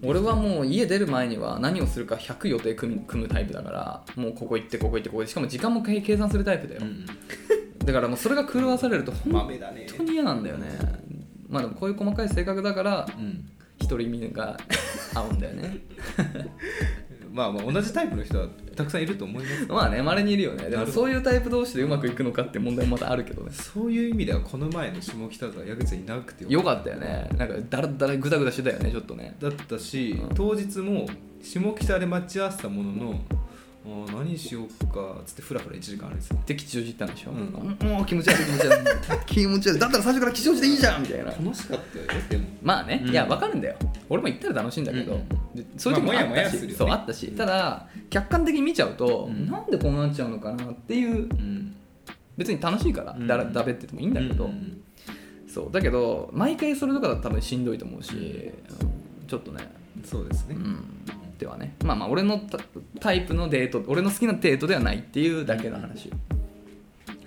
Speaker 2: 俺はもう家出る前には何をするか100予定組む組むタイプだからもうここ行ってここ行ってここでしかも時間も計計算するタイプだよ、だからもうそれが狂わされると本
Speaker 1: 豆だね
Speaker 2: 当に嫌なんだよねまあでもこういう細かい性格だから
Speaker 1: うん
Speaker 2: 独り身が合うんだよね
Speaker 1: まあまあ同じタイプの人はたくさんいると思いま
Speaker 2: まあねまれにいるよねで
Speaker 1: なる
Speaker 2: も
Speaker 1: ほど
Speaker 2: そういうタイプ同士でうまくいくのかって問題もまたあるけどね
Speaker 1: すそういう意味ではこの前の下北沢矢口さんいなくて
Speaker 2: よかったよねなんかだらだらぐだぐだしてたよねちょっとね
Speaker 1: だったし、
Speaker 2: うん
Speaker 1: 当日も下北で待ち合わせたもののあー何しようかっつってふらふら1時間歩いてた
Speaker 2: で吉祥寺行ったんでしょ、
Speaker 1: うん
Speaker 2: うん、もう気持ち悪い気持ち悪い 気持ち悪いだったら最初から吉祥寺でいいじゃんみたいな
Speaker 1: 楽しかったよでも
Speaker 2: まあね、
Speaker 1: うん
Speaker 2: いや分かるんだよ俺も行ったら楽しいんだけど、
Speaker 1: うん
Speaker 2: でそういう時もあ
Speaker 1: まあ
Speaker 2: っ
Speaker 1: もやもや
Speaker 2: た
Speaker 1: す
Speaker 2: し、
Speaker 1: るよね
Speaker 2: そうあったし、ただ客観的に見ちゃうと、
Speaker 1: うん
Speaker 2: なんでこうなっちゃうのかなっていう
Speaker 1: うん
Speaker 2: 別に楽しいから
Speaker 1: うん
Speaker 2: だらだべっててもいいんだけど、そうだけど毎回それとかだと多分しんどいと思うし、うんちょっとね
Speaker 1: そうです
Speaker 2: う
Speaker 1: ね、
Speaker 2: んではねまあまあ俺のタタイプのデート俺の好きなデートではないっていうだけの話、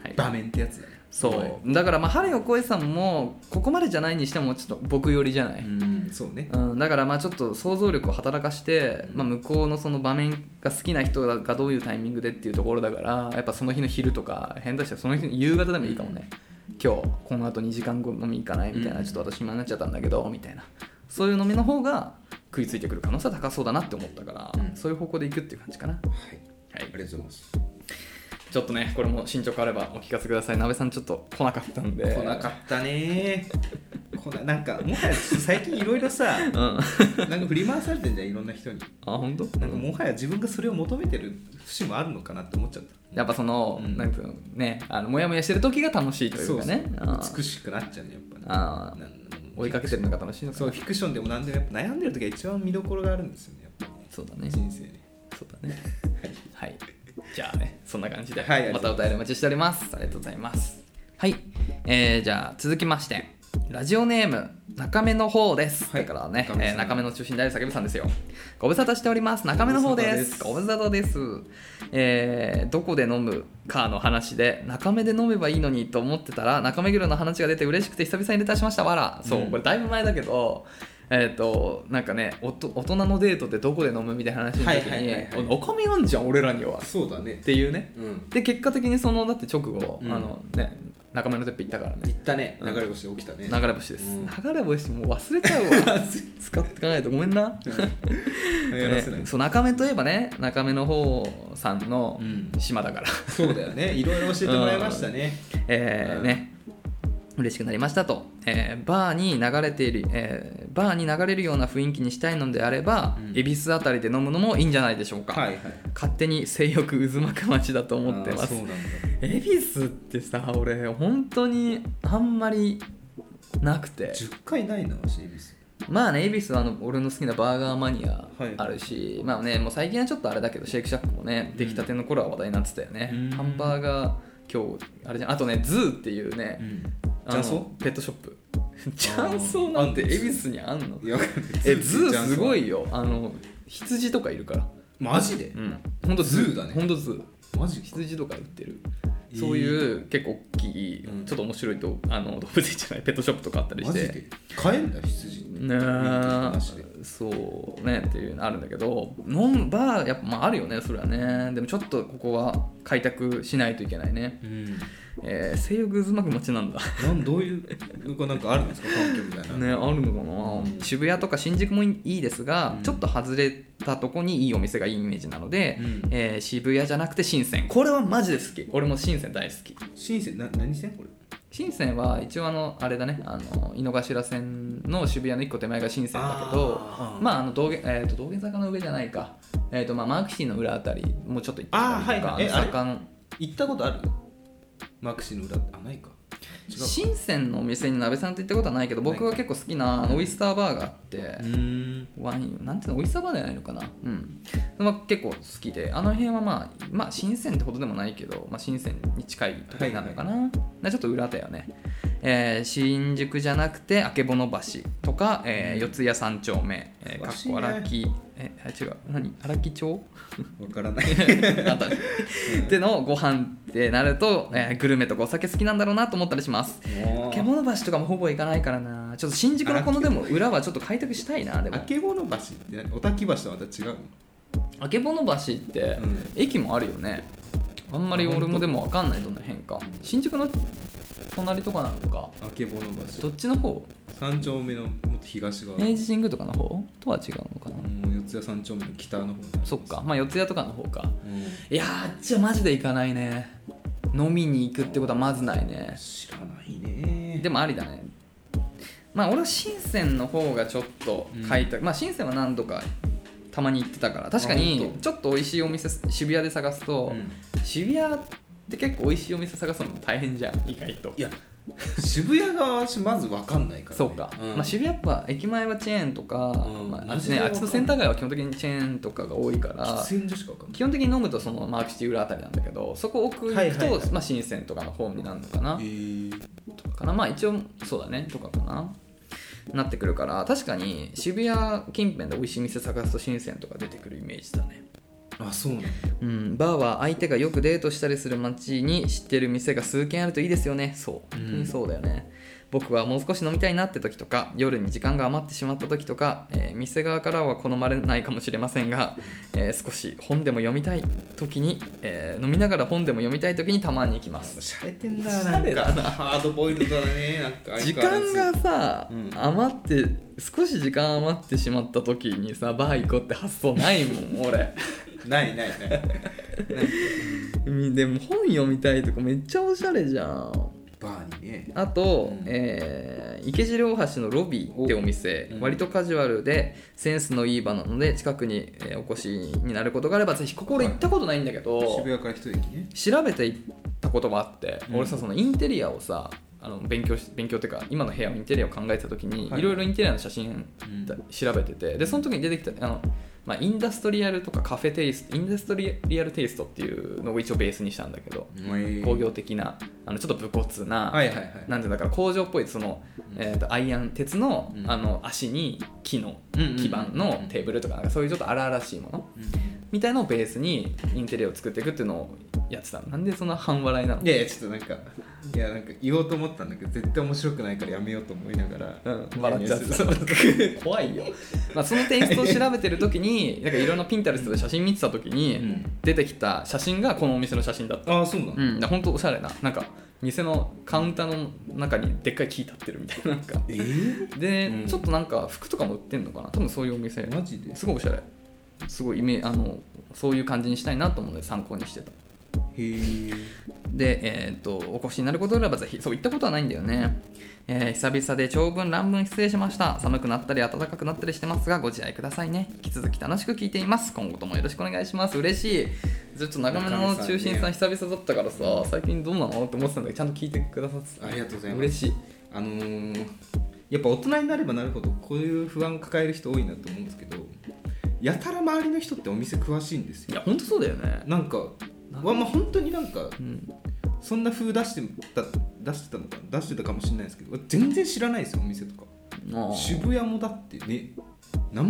Speaker 2: はい
Speaker 1: 場面ってやつだね
Speaker 2: そうだからまあ春よ声さんもここまでじゃないにしてもちょっと僕寄りじゃない、
Speaker 1: うんそうね
Speaker 2: うん、だからまあちょっと想像力を働かして、まあ、向こうのその場面が好きな人がどういうタイミングでっていうところだからやっぱその日の昼とか変だしたらその日の夕方でもいいかもね、今日この後2時間後飲み行かないみたいな、
Speaker 1: うん
Speaker 2: ちょっと私暇になっちゃったんだけどみたいなそういう飲みの方が食いついてくる可能性は高そうだなって思ったから、
Speaker 1: うん
Speaker 2: そういう方向でいくっていう感じかな
Speaker 1: はい
Speaker 2: はい
Speaker 1: ありがとうございます
Speaker 2: ちょっとねこれも進捗あればお聞かせください鍋さんちょっと来なかったんで
Speaker 1: 来なかったねこななんかもはや最近いろいろさ
Speaker 2: うんあ
Speaker 1: なんか振り回されてんじゃんいろんな人に
Speaker 2: 本当
Speaker 1: なんかもはや自分がそれを求めてる節もあるのかなって思っちゃった
Speaker 2: やっぱその、
Speaker 1: うん
Speaker 2: なんていうのねあのモヤモヤしてる時が楽しいというかねあ
Speaker 1: そう
Speaker 2: ー
Speaker 1: 美しくなっちゃうねやっぱね
Speaker 2: あー
Speaker 1: なん
Speaker 2: 追いかけてるのが楽しいのか
Speaker 1: そうフィクションでも何でもやっぱ悩んでる時が一番見どころがあるんですよねやっぱ
Speaker 2: そうだね
Speaker 1: 人生ね
Speaker 2: そうだねはいじゃあねそんな感じで、
Speaker 1: はいあり
Speaker 2: ま
Speaker 1: がと
Speaker 2: たお便りお待ちしておりますありがとうございますはい、えー、じゃあ続きましてラジオネーム中目の方です、
Speaker 1: はい
Speaker 2: だからね
Speaker 1: 中目さん
Speaker 2: えー中目の中心である叫ぶさんですよご無沙汰しております中目の方ですご
Speaker 1: ご
Speaker 2: 無沙汰ですえーどこで飲むかの話で中目で飲めばいいのにと思ってたら中目黒の話が出て嬉しくて久々にレターしましたわらそう、
Speaker 1: うん
Speaker 2: これだいぶ前だけどえっ、となんかねおと大人のデートってどこで飲むみたいな話の時に、
Speaker 1: はいはいはいはい
Speaker 2: おかみあんじゃん俺らには
Speaker 1: そうだね
Speaker 2: っていうね
Speaker 1: うん
Speaker 2: で結果的にそのだって直後、
Speaker 1: うん
Speaker 2: あのね中目のてっぺん行ったからね
Speaker 1: 言ったね
Speaker 2: うん
Speaker 1: 流れ星で起きたね
Speaker 2: 流れ星です、
Speaker 1: うん
Speaker 2: 流れ星もう忘れちゃう わ使っていかないとごめんな、
Speaker 1: やらせない
Speaker 2: ねそう中目といえばね中目の方さんの
Speaker 1: うん
Speaker 2: 島だから、
Speaker 1: そうだよねいろいろ教えてもらいましたね
Speaker 2: えーね嬉しくなりましたと、えーバーに流れている、えーバーに流れるような雰囲気にしたいのであれば、
Speaker 1: うん
Speaker 2: 恵比寿あたりで飲むのもいいんじゃないでしょうか、
Speaker 1: はいはい
Speaker 2: 勝手に性欲渦巻く街だと思ってま
Speaker 1: あー
Speaker 2: す
Speaker 1: そうなんだ
Speaker 2: 恵比寿ってさ俺本当にあんまりなくて
Speaker 1: 10回ないな私恵比寿
Speaker 2: まあね恵比寿はあの俺の好きなバーガーマニア
Speaker 1: はい
Speaker 2: あるし、まあねもう最近はちょっとあれだけどシェイクシャックもね
Speaker 1: うん
Speaker 2: 出来たての頃は話題になってたよね、
Speaker 1: うん
Speaker 2: ハンバーガー今日あれじゃんあとねズーっていうね、
Speaker 1: ん
Speaker 2: あ
Speaker 1: 雀
Speaker 2: の
Speaker 1: 荘
Speaker 2: ペットショップ雀荘なんて
Speaker 1: あんの
Speaker 2: 恵比寿にあんの
Speaker 1: いや
Speaker 2: えズーすご
Speaker 1: よ
Speaker 2: いよあの羊とかいるから
Speaker 1: マジで
Speaker 2: うんほんとズ
Speaker 1: ズ
Speaker 2: ー
Speaker 1: ーだね
Speaker 2: ほんとズー
Speaker 1: マジか
Speaker 2: 羊とか売ってる
Speaker 1: えー
Speaker 2: そういう結構大きい
Speaker 1: うん
Speaker 2: ちょっと面白いとあの動物園じゃないペットショップとかあったりし
Speaker 1: マジ
Speaker 2: て
Speaker 1: で買えんだ羊って
Speaker 2: ね
Speaker 1: マジで
Speaker 2: えそうねっていうのあるんだけど飲むバーやっぱまああるよねそれはねでもちょっとここは開拓しないといけないね
Speaker 1: うん
Speaker 2: えー、性欲渦巻く街なんだ
Speaker 1: なんどういうのがなんかあるんですか環境みたいな
Speaker 2: ねあるのか
Speaker 1: うん
Speaker 2: な渋谷とか新宿もいいですが、
Speaker 1: うん
Speaker 2: ちょっと外れたとこにいいお店がいいイメージなので、
Speaker 1: うん
Speaker 2: えー渋谷じゃなくて深センこれはマジで好き俺も深セン大好き
Speaker 1: 新鮮な何してんこれ
Speaker 2: 深センは一応あのあれだねあの井の頭線の渋谷の一個手前が深センだけど
Speaker 1: あー
Speaker 2: まああの道玄、えー、と道玄坂の上じゃないか、えーとまあ、マークシティの裏あたりもうちょっと行ってみたりとか
Speaker 1: あーはいはいえ
Speaker 2: あの坂の
Speaker 1: 行ったことあるマクシの裏ってあないか違う
Speaker 2: 深センのお店に鍋さんと行ったことはないけど僕が結構好きなあのオイスターバーがあって
Speaker 1: うーん
Speaker 2: ワインなんていうのオイスターバーじゃないのかなうん、まあ、結構好きであの辺はまあまあ深センってほどでもないけど、まあ、深センに近いところなのかな、でちょっと裏だよね、えー新宿じゃなくて曙橋とか、えー四谷三丁目、えー、かっこ荒木えあ違う何荒木 町
Speaker 1: わから ない
Speaker 2: あたりでのご飯ってなると、えーグルメとかお酒好きなんだろうなと思ったりします
Speaker 1: もう
Speaker 2: 獣橋とかもほぼ行かないからなちょっと新宿のこのでも裏はちょっと開拓したいなでも
Speaker 1: あけぼの橋って何おたき橋とはまた違うの
Speaker 2: あけぼの橋って
Speaker 1: うん
Speaker 2: 駅もあるよねあんまり俺もでも分かんないどの辺か新宿の隣とかなのか
Speaker 1: あけぼの
Speaker 2: ど
Speaker 1: 橋
Speaker 2: っちの方
Speaker 1: 三丁目のもっと東側、
Speaker 2: 明治神宮とかの方とは違うのかな
Speaker 1: もう四谷三丁目の北の方になります
Speaker 2: そっかまあ四谷とかの方か
Speaker 1: うん
Speaker 2: いやーあっちはマジで行かないね飲みに行くってことはまずないね
Speaker 1: 知らないね
Speaker 2: でもありだねまあ俺は深センの方がちょっと開拓、まあ深センは何度かたまに行ってたから確か
Speaker 1: あ
Speaker 2: に
Speaker 1: 本当
Speaker 2: ちょっと美味しいお店渋谷で探すと、
Speaker 1: うん
Speaker 2: 渋谷って結構美味しいお店探すのも大変じゃん意外と
Speaker 1: いや渋谷が私まず分かんないから、ね、
Speaker 2: そうか、
Speaker 1: ん
Speaker 2: まあ、渋谷やっぱ駅前はチェーンとか、
Speaker 1: うん
Speaker 2: まああっ
Speaker 1: マ
Speaker 2: ち
Speaker 1: ジで
Speaker 2: ね、あ
Speaker 1: わ
Speaker 2: っ
Speaker 1: かんない
Speaker 2: ちのセンター街は基本的にチェーンとかが多いから
Speaker 1: 喫煙所しか分かんない
Speaker 2: 基本的に飲むとそのマークシティ裏あたりなんだけどそこ奥行くと、
Speaker 1: はいはいはい
Speaker 2: まあ、深センとかの方になるのかな、
Speaker 1: えー
Speaker 2: とかかなまあ一応そうだねとかかななってくるから確かに渋谷近辺で美味しい店探すと新鮮とか出てくるイメージだね
Speaker 1: あそうなんだ
Speaker 2: うんバーは相手がよくデートしたりする街に知ってる店が数軒あるといいですよねそう
Speaker 1: うん
Speaker 2: 本当にそうだよね、僕はもう少し飲みたいなって時とか夜に時間が余ってしまった時とか、えー店側からは好まれないかもしれませんが、えー少し本でも読みたい時に、えー飲みながら本でも読みたい時にたまに行きます
Speaker 1: しゃれてんだ
Speaker 2: おし
Speaker 1: な
Speaker 2: ゃれ
Speaker 1: んか
Speaker 2: だな
Speaker 1: ハードボイルドだねなんか
Speaker 2: 時
Speaker 1: 相変わらず
Speaker 2: 間がさ、
Speaker 1: うん
Speaker 2: 余って少し時間余ってしまった時にさバー行こうって発想ないもん俺
Speaker 1: ないないない
Speaker 2: うんでも本読みたいとかめっちゃおしゃれじゃん
Speaker 1: バーにね
Speaker 2: あと、
Speaker 1: うん
Speaker 2: えー池尻大橋のロビーってお店
Speaker 1: おうん
Speaker 2: 割とカジュアルでセンスのいい場なので近くにえーお越しになることがあればぜひここ俺行ったことないんだけど、
Speaker 1: 渋谷から一駅ね
Speaker 2: 調べていったこともあって、
Speaker 1: うん
Speaker 2: 俺さそのインテリアをさあの勉強し勉強っていうか今の部屋のインテリアを考えてた時に、
Speaker 1: はい
Speaker 2: いろいろインテリアの写真
Speaker 1: うん
Speaker 2: だ調べててでその時に出てきたあの、まあ、インダストリアルとかカフェテイストインダストリアルテイストっていうのを一応ベースにしたんだけど、
Speaker 1: うん
Speaker 2: 工業的なあのちょっと武骨な、
Speaker 1: はいはいはい
Speaker 2: なんていうんだから工場っぽいその、えー、とアイアン鉄の,、
Speaker 1: うん
Speaker 2: あの足に木の
Speaker 1: うんうんうん
Speaker 2: 基板のテーブルとかなんかそういうちょっと荒々しいもの、
Speaker 1: うん
Speaker 2: みたいのをベースにインテリアを作っていくっていうのをやってたのなんでそんな半笑いなの
Speaker 1: いやいやちょっとなんかいやなんか言おうと思ったんだけど絶対面白くないからやめようと思いながら、
Speaker 2: うん、笑っちゃっ
Speaker 1: いやいやそう
Speaker 2: た怖いよ、まあ、そのテイストを調べてる時になんかいろんなピンタレストで写真見てた時に、
Speaker 1: うん
Speaker 2: 出てきた写真がこのお店の写真だった
Speaker 1: ああそうなの、
Speaker 2: うん本当おしゃれななんか店のカウンターの中にでっかい木立ってるみたいななんか
Speaker 1: えー
Speaker 2: で、
Speaker 1: うん
Speaker 2: ちょっとなんか服とかも売ってんのかな多分そういうお店
Speaker 1: マジです
Speaker 2: ごいおしゃれすごいイメあのそういう感じにしたいなと思うので参考にしてた
Speaker 1: へえ
Speaker 2: で、えー、とお越しになることがあればぜひそう行ったことはないんだよね、えー久々で長文乱文失礼しました寒くなったり暖かくなったりしてますがご自愛くださいね引き続き楽しく聞いています今後ともよろしくお願いします嬉しいちょっと長めの中心さん久々だったからさ最近どうなのって思ってたんだけどちゃんと聞いてくださってた
Speaker 1: ありがとうございます
Speaker 2: 嬉しい
Speaker 1: あのーやっぱ大人になればなるほどこういう不安抱える人多いなと思うんですけどやたら周りの人ってお店詳しいんです
Speaker 2: い
Speaker 1: よ
Speaker 2: や本当そうだよね
Speaker 1: なんか
Speaker 2: なん
Speaker 1: わまあ本当になんか
Speaker 2: うん
Speaker 1: そんな風出してた出してたのか出してたかもしれないですけど全然知らないですよお店とか
Speaker 2: あー
Speaker 1: 渋谷もだってね何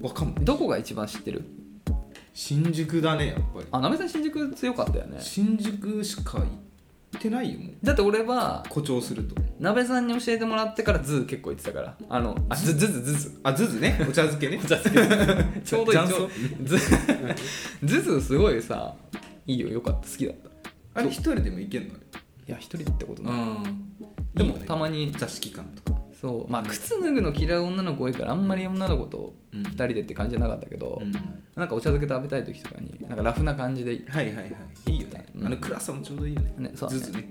Speaker 1: もわかんない
Speaker 2: どこが一番知ってる
Speaker 1: 新宿だねやっぱり
Speaker 2: あなべさん新宿強かったよね
Speaker 1: 新宿しか行ってないよもう
Speaker 2: だって俺は
Speaker 1: 誇張すると
Speaker 2: なべさんに教えてもらってからズー結構行ってたからあのあズズズズズ
Speaker 1: あずず ねお茶漬けね
Speaker 2: お茶漬けちょうど
Speaker 1: 雀荘
Speaker 2: ずずずすごいさいいよよかった好きだったい
Speaker 1: あれ一人でも行けんの
Speaker 2: や一人ってこと
Speaker 1: あれ
Speaker 2: な
Speaker 1: うん
Speaker 2: でもたまに
Speaker 1: 座敷感とか
Speaker 2: そうまあ靴脱ぐの嫌い女の子多いからあんまり女の子と
Speaker 1: うん
Speaker 2: 2人でって感じじゃなかったけど、なんかお茶漬け食べたい時とかになんかラフな感じで
Speaker 1: はいはいはいいいよね、
Speaker 2: うん
Speaker 1: あの暗さもちょうどいいよね
Speaker 2: ねそうだね
Speaker 1: ずずね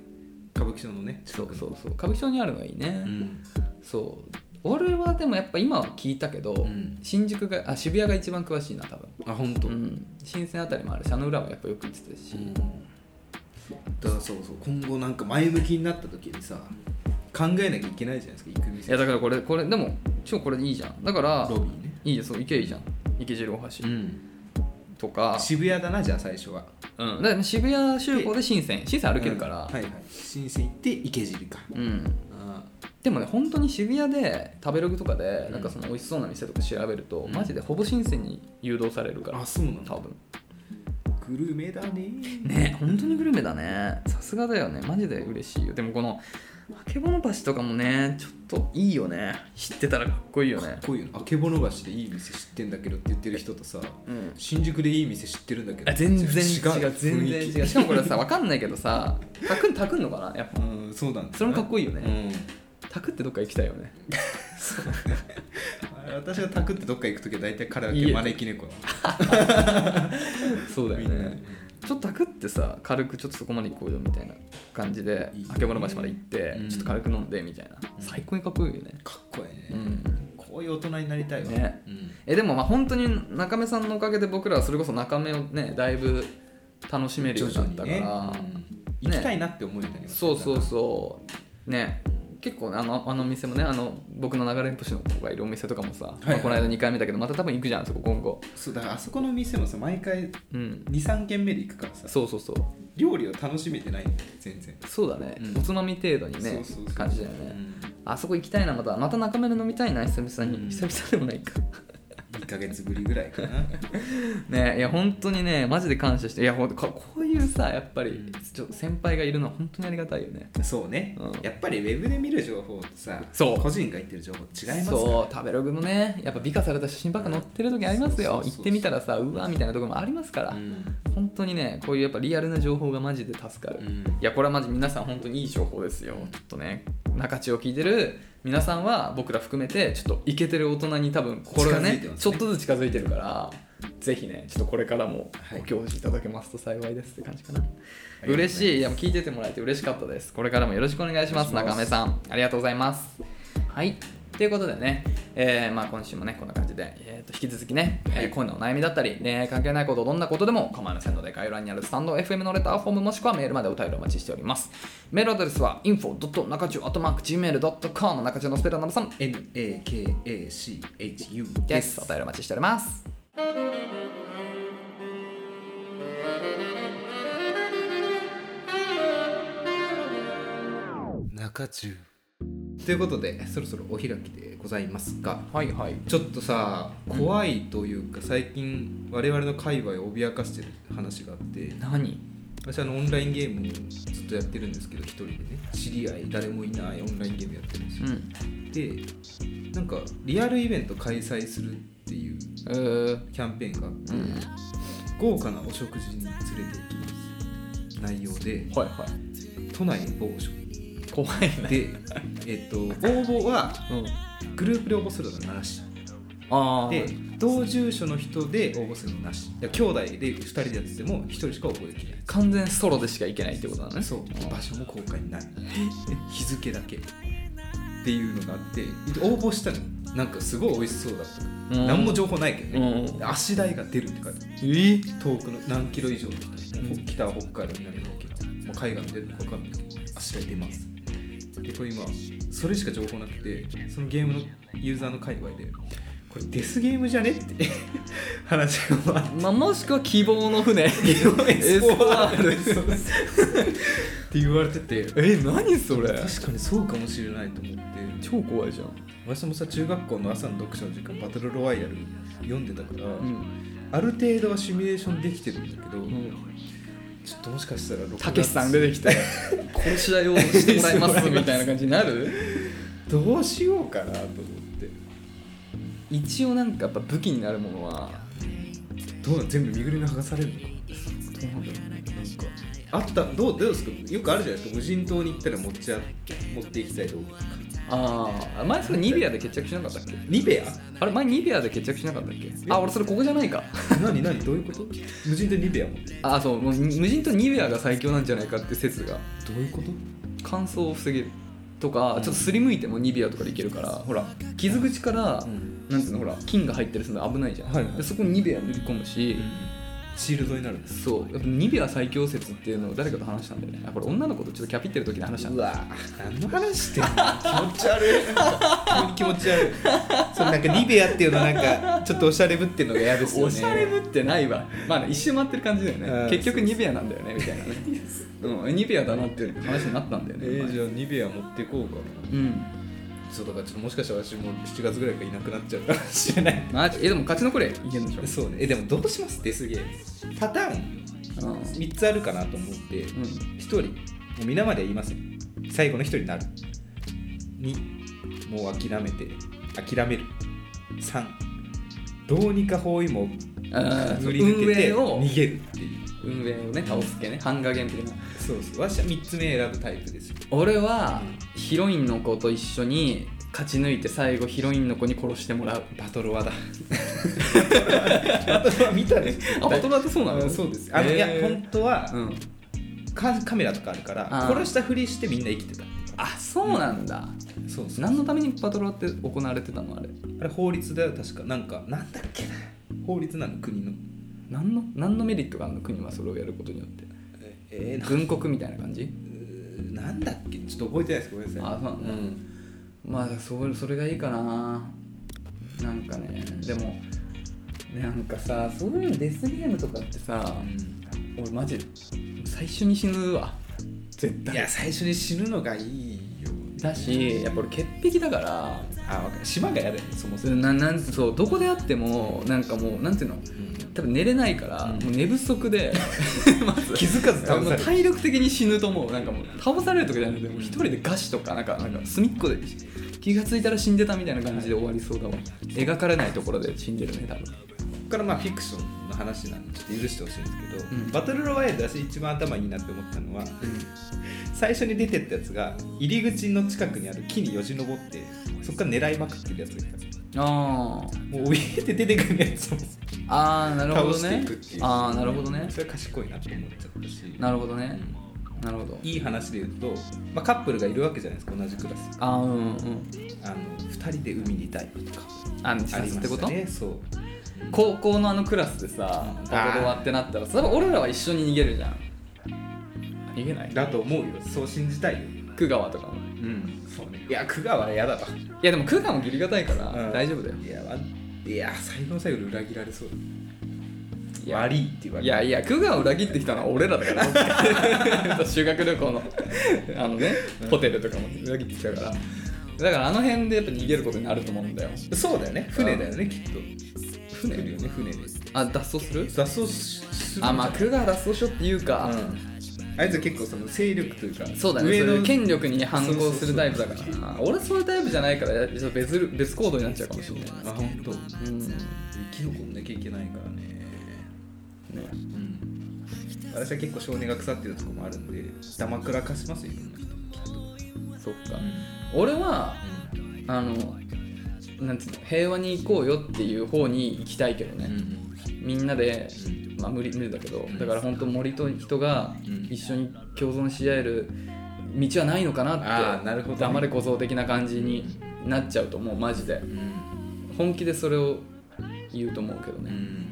Speaker 1: 歌舞伎町のね
Speaker 2: そ
Speaker 1: 近
Speaker 2: う
Speaker 1: くの
Speaker 2: そうそう歌舞伎町にあるのがいいね、
Speaker 1: うん
Speaker 2: そう俺はでもやっぱ今は聞いたけど、
Speaker 1: ん
Speaker 2: 新宿があ渋谷が一番詳しいな多分
Speaker 1: あ本当。
Speaker 2: うん、新鮮あたりもあるしあの裏はやっぱよく行ってたし、
Speaker 1: うんだからそうそう今後なんか前向きになった時にさ考えなきゃいけないじゃないですか行く
Speaker 2: い
Speaker 1: 店
Speaker 2: やだからこれこれでも超これいいじゃんだから
Speaker 1: ロビーね
Speaker 2: いいです行けいいじゃん池汁大橋
Speaker 1: ん
Speaker 2: とか、
Speaker 1: 渋谷だなじゃあ最初は
Speaker 2: うん、だからね渋谷集合で深セン深セン歩けるか
Speaker 1: う
Speaker 2: ら
Speaker 1: んはいはい新鮮行って池尻か
Speaker 2: うん
Speaker 1: あ
Speaker 2: でもね本当に渋谷で食べログとかで
Speaker 1: うん
Speaker 2: なんかその美味しそうな店とか調べると、
Speaker 1: うん
Speaker 2: マジでほぼ新鮮に誘導されるから、
Speaker 1: あそうなんだ
Speaker 2: 多分
Speaker 1: グルメだね
Speaker 2: ね本当にグルメだねさすがだよねマジで嬉しいよでもこのあけぼの橋とかもねちょっといいよね知ってたらかっこいいよね
Speaker 1: こういうのあけぼの橋でいい店知ってんだけどって言ってる人とさ
Speaker 2: うん
Speaker 1: 新宿でいい店知ってるんだけど
Speaker 2: あ全然違う全
Speaker 1: 雰
Speaker 2: 然
Speaker 1: 囲気
Speaker 2: 違うしかもこれさ分かんないけどさタクンタクんのかなやっぱ
Speaker 1: うんそうなんだ
Speaker 2: それもかっこいいよね
Speaker 1: うん
Speaker 2: タクってどっか行きたいよね
Speaker 1: あれ私がタクってどっか行く時は大体カラオ
Speaker 2: いい
Speaker 1: ケ
Speaker 2: え
Speaker 1: 招き猫な
Speaker 2: そうだよ
Speaker 1: みんな
Speaker 2: ねちょっとタクってさ軽くちょっとそこまで行こうよみたいな感じで
Speaker 1: いいね
Speaker 2: あけぼの橋まで行って
Speaker 1: うん
Speaker 2: ちょっと軽く飲んでみたいな最高にかっこいいよね
Speaker 1: かっこいいね、
Speaker 2: うん
Speaker 1: こういう大人になりたいわ
Speaker 2: ね
Speaker 1: うん
Speaker 2: えでもまあ本当に中目さんのおかげで僕らはそれこそ中目をねだいぶ楽しめるようになったから、
Speaker 1: 徐々にねうん行きたいなって思えたり
Speaker 2: そうそうそうね結構ねあのあの店もねあの僕の流れ星の子がいるお店とかもさ、
Speaker 1: い
Speaker 2: まあこの間2回目だけどまた多分行くじゃんそこ今後
Speaker 1: そうだからあそこの店もさ毎回
Speaker 2: うん
Speaker 1: 23軒目で行くからさ
Speaker 2: そうそうそう
Speaker 1: 料理を楽しめてないんだよ全然
Speaker 2: そうだね、
Speaker 1: うん
Speaker 2: おつまみ程度に
Speaker 1: そ
Speaker 2: ね
Speaker 1: うそうそう
Speaker 2: 感じだよ
Speaker 1: う
Speaker 2: ね、
Speaker 1: ん
Speaker 2: あそこ行きたいなまたまた中目で飲みたいな久々に、
Speaker 1: うん
Speaker 2: 久々でもないか
Speaker 1: 2ヶ月ぶりぐらいかな
Speaker 2: ねいや本当にねマジで感謝していやほんとここういうさやっぱり、
Speaker 1: うん
Speaker 2: ちょ先輩がいるのは本当にありがたいよね
Speaker 1: そうね、
Speaker 2: うん
Speaker 1: やっぱりウェブで見る情報とさ
Speaker 2: そう
Speaker 1: 個人が言ってる情報違いますから
Speaker 2: そう食べログもねやっぱ美化された写真ばっか載ってる時あります
Speaker 1: そ
Speaker 2: よ
Speaker 1: うそうそうそう
Speaker 2: 行ってみたらさうわみたいなところもありますから、
Speaker 1: うん
Speaker 2: 本当にねこういうやっぱリアルな情報がマジで助かる、
Speaker 1: う
Speaker 2: い
Speaker 1: ん
Speaker 2: やこれはマジ皆さん本当にいい情報ですよちょっとね中地を聞いてる皆さんは僕ら含めてちょっとイケてる大人に多分これが
Speaker 1: 近づ
Speaker 2: ね
Speaker 1: いてますね
Speaker 2: ちょっとずつ近づいてるからぜひねちょっとこれからも
Speaker 1: はい
Speaker 2: ご教示いただけますと幸いですって感じかな、
Speaker 1: ありがとうございます
Speaker 2: 嬉しいいやもう聞いててもらえて嬉しかったですこれからもよろしくお願いします
Speaker 1: お願いしま
Speaker 2: 中
Speaker 1: す
Speaker 2: 目さんありがとうございますはいということでね、えーまあ、今週もねこんな感じで、えー、と引き続きね、
Speaker 1: はい
Speaker 2: えー恋のお悩みだったり恋愛関係ないことどんなことでも構いませんので概要欄にあるスタンド FM のレターフォームもしくはメールまでお便りお待ちしておりますメールアドレスは info.nakachu.gmail.com 中中のスペルナムさん
Speaker 1: NAKACHU
Speaker 2: で
Speaker 1: ですす
Speaker 2: お便りお待ちしております
Speaker 1: 中中ということでそろそろお開きでございますが
Speaker 2: はいはい
Speaker 1: ちょっとさ怖いというか最近我々の界隈を脅かしてる話があって
Speaker 2: 何
Speaker 1: 私あのオンラインゲームをずっとやってるんですけど一人でね知り合い誰もいないオンラインゲームやってるんです
Speaker 2: う
Speaker 1: よ、
Speaker 2: ん
Speaker 1: でなんかリアルイベント開催するっていう
Speaker 2: えー、
Speaker 1: キャンペーンがあって、
Speaker 2: うん
Speaker 1: 豪華なお食事に連れて行きます内容で
Speaker 2: はいはい
Speaker 1: 都内某所
Speaker 2: 怖いね
Speaker 1: でえっと応募は
Speaker 2: うん
Speaker 1: グループで応募するのはなし
Speaker 2: ああ
Speaker 1: で同住所の人で応募するのなしだから兄弟で2人でやってても1人しか応募できない
Speaker 2: 完全ソロでしか行けないってことだね
Speaker 1: そう場所も公開 ない日付だけっていうのがあって応募したのなんかすごい美味しそうだった、
Speaker 2: うん
Speaker 1: 何も情報ないけどね、
Speaker 2: うん
Speaker 1: で足代が出るって書いてある
Speaker 2: えー
Speaker 1: 遠くの何キロ以上の人、北は北海道南は沖縄もう海岸出るのか分かんないけど足代出ますでこれ今それしか情報なくてそのゲームのユーザーの界隈でこれデスゲームじゃねって 話があっ
Speaker 2: まあ、もしくは希望の船
Speaker 1: SOR
Speaker 2: SOR
Speaker 1: て言われてて
Speaker 2: え何それ
Speaker 1: 確かにそうかもしれないと思って
Speaker 2: 超怖いじゃん、
Speaker 1: 私もさ中学校の朝の読書の時間バトルロワイヤル読んでたから、
Speaker 2: うん
Speaker 1: ある程度はシミュレーションできてるんだけど、
Speaker 2: うん、
Speaker 1: ちょっともしかしたら6月
Speaker 2: たけしさん出てきて殺し合いをしてもらい
Speaker 1: しても
Speaker 2: ま
Speaker 1: らいますす
Speaker 2: みたいな感じになる
Speaker 1: どうしようかなと思って
Speaker 2: 一応なんかやっぱ武器になるものは
Speaker 1: どうなん全部身ぐるみ剥がされるのかあったどうどうですかよくあるじゃないですか無人島に行ったら持ちあ持っていきたい道具とか
Speaker 2: ああ前それニベアで決着しなかったっけ
Speaker 1: ニベア
Speaker 2: あれ前ニベアで決着しなかったっけあ俺それここじゃないか
Speaker 1: 何何どういうこと無人島にニベア持って
Speaker 2: あそうもう無人島ニベアが最強なんじゃないかって説が
Speaker 1: どういうこと
Speaker 2: 乾燥を防げるとかちょっとすりむいてもニベアとかでいけるからほら傷口から、
Speaker 1: うん
Speaker 2: なんていうのほら菌が入ったりするの危ないじゃん、
Speaker 1: はいはい
Speaker 2: でそこにニベア塗り込むし、
Speaker 1: シールドになるんです
Speaker 2: そうやっぱニベア最強説っていうのを誰かと話したんだよねあこれ女の子とちょっとキャピってる時に話したん
Speaker 1: う
Speaker 2: だ
Speaker 1: わ何の話してんの気持ち悪い急に気持ち悪いそのなんかニベアっていうのなんかちょっとおしゃれぶってんのが嫌ですよね
Speaker 2: おしゃれぶってないわまあね、一周回ってる感じだよ
Speaker 1: う
Speaker 2: ね
Speaker 1: ん
Speaker 2: 結局ニベアなんだよねみたいなねうんニベアだなっていう話になったんだよ
Speaker 1: え
Speaker 2: ね、
Speaker 1: ー、じゃあニベア持っていこうかな
Speaker 2: うん
Speaker 1: そうだからちょっともしかしたら私もう7月ぐらいからいなくなっちゃうかもしれない
Speaker 2: マジえでも勝ち残れいけるんでしょ
Speaker 1: そうねえでもどうしますデスゲームパターン
Speaker 2: うんうん
Speaker 1: 3つあるかなと思って1人もう皆までは言いません最後の1人になる2もう諦めて諦める3どうにか包囲網
Speaker 2: あー
Speaker 1: くぐり抜け
Speaker 2: 運営
Speaker 1: て
Speaker 2: を
Speaker 1: 逃げるっていう
Speaker 2: 運営をね倒す系ねハンガーゲーム的な
Speaker 1: そうそう私は3つ目選ぶタイプです よ
Speaker 2: 俺はヒロインの子と一緒に勝ち抜いて最後ヒロインの子に殺してもらう
Speaker 1: バトロワだバトロワ見たね
Speaker 2: あ大人だとそうなの
Speaker 1: そうですあの、
Speaker 2: へー
Speaker 1: いや本当は、
Speaker 2: うん
Speaker 1: カカメラとかあるから
Speaker 2: あー
Speaker 1: 殺したふりしてみんな生きてた
Speaker 2: あそうなんだ、
Speaker 1: そうそう
Speaker 2: 何のためにパトロールって行われてたのあれ
Speaker 1: あれ法律だよ確かなんかなんだっけな法律なの国の
Speaker 2: 何の何のメリットがあるの国はそれをやることによって
Speaker 1: えー、
Speaker 2: 軍国みたいな感じ
Speaker 1: ななんだっけちょっと覚えてないですごめんなさい
Speaker 2: あそうなんだ
Speaker 1: ん
Speaker 2: まあそれそれがいいかななんかねでもなんかさそういうデスゲームとかってさ俺マジ最初に死ぬわ絶
Speaker 1: いや最初に死ぬのがいいよ
Speaker 2: だしやっぱ俺潔癖だから
Speaker 1: あわかる島が嫌だよねそもそも、
Speaker 2: ななんそうどこであってもなんかもうなんていうの多分寝れないから、
Speaker 1: うん
Speaker 2: もう寝不足 でまず
Speaker 1: 気づかず倒
Speaker 2: も
Speaker 1: さ
Speaker 2: う
Speaker 1: れる
Speaker 2: 体力的に死ぬと思うなんかもう倒されるとかじゃなくてもう一人で餓死とかなんかなんか隅っこで気がついたら死んでたみたいな感じで終わりそうだわ描かれないところで死んでるね多分
Speaker 1: ここからまあフィクションの話なんでちょっと許してほしいんですけど、
Speaker 2: うん
Speaker 1: バトルロワイヤルで私一番頭いいなって思ったのは最初に出てったやつが入り口の近くにある木によじ登ってそこから狙いまくってるやつがい
Speaker 2: あー
Speaker 1: たもう怯えて出てくるやつも
Speaker 2: あーなるほど
Speaker 1: 倒して
Speaker 2: ね
Speaker 1: いくっていう
Speaker 2: ああなるほどね
Speaker 1: それは賢いなと思っちゃったし
Speaker 2: なるほどねなるほど
Speaker 1: いい話で言うと、まあ、カップルがいるわけじゃないですか同じクラス
Speaker 2: あーうんうん
Speaker 1: あの2人で海にダイブとか
Speaker 2: あ自殺ってこと、
Speaker 1: ありましたねそう
Speaker 2: 高校のあのクラスでさバトル終わってなったらそれは俺らは一緒に逃げるじゃん逃げない
Speaker 1: だと思うよそう信じたいよ
Speaker 2: 久川とかも
Speaker 1: うんそうねいや久川は嫌だと
Speaker 2: いやでも久川もギリがたいから
Speaker 1: うん
Speaker 2: 大丈夫だよ
Speaker 1: いやわいや最後の最後で裏切られそう
Speaker 2: いや
Speaker 1: 悪いって言われ
Speaker 2: いやいや久川を裏切ってきたのは俺らだか ら修学旅行のあのねホテルとかも裏切ってきたからだからあの辺でやっぱ逃げることになると思うんだよ
Speaker 1: そうだよね船だよねきっと
Speaker 2: 船
Speaker 1: 来るよね船で
Speaker 2: あ脱走する
Speaker 1: 脱走しする
Speaker 2: あまあ久川脱走しようっていうか
Speaker 1: あ、あいつは結構その勢力というか
Speaker 2: そうだね
Speaker 1: 上
Speaker 2: そうい
Speaker 1: の
Speaker 2: う権力に反抗するタイプだから
Speaker 1: そうそう
Speaker 2: な俺はそういうタイプじゃないからちょっと別る別行動になっちゃうかもしれない
Speaker 1: あ本当。
Speaker 2: うんね
Speaker 1: 生き残んなきゃいけないからねうん私は結構少年が腐ってるとこもあるんで黙くらかしますよいろんな人きっと
Speaker 2: そっか俺はあのなんつうの平和に行こうよっていう方に行きたいけど
Speaker 1: うんう
Speaker 2: ね、
Speaker 1: ん
Speaker 2: みんなで
Speaker 1: う
Speaker 2: まあ無理無理だけど
Speaker 1: ん
Speaker 2: だから本当森と人が
Speaker 1: うん
Speaker 2: 一緒に共存し合える道はないのかな
Speaker 1: あ
Speaker 2: って
Speaker 1: ーなるほどね
Speaker 2: 黙れ小僧的な感じになっちゃうと思うマジで
Speaker 1: うん
Speaker 2: 本気でそれを言うと思うけど
Speaker 1: う
Speaker 2: ね、
Speaker 1: ん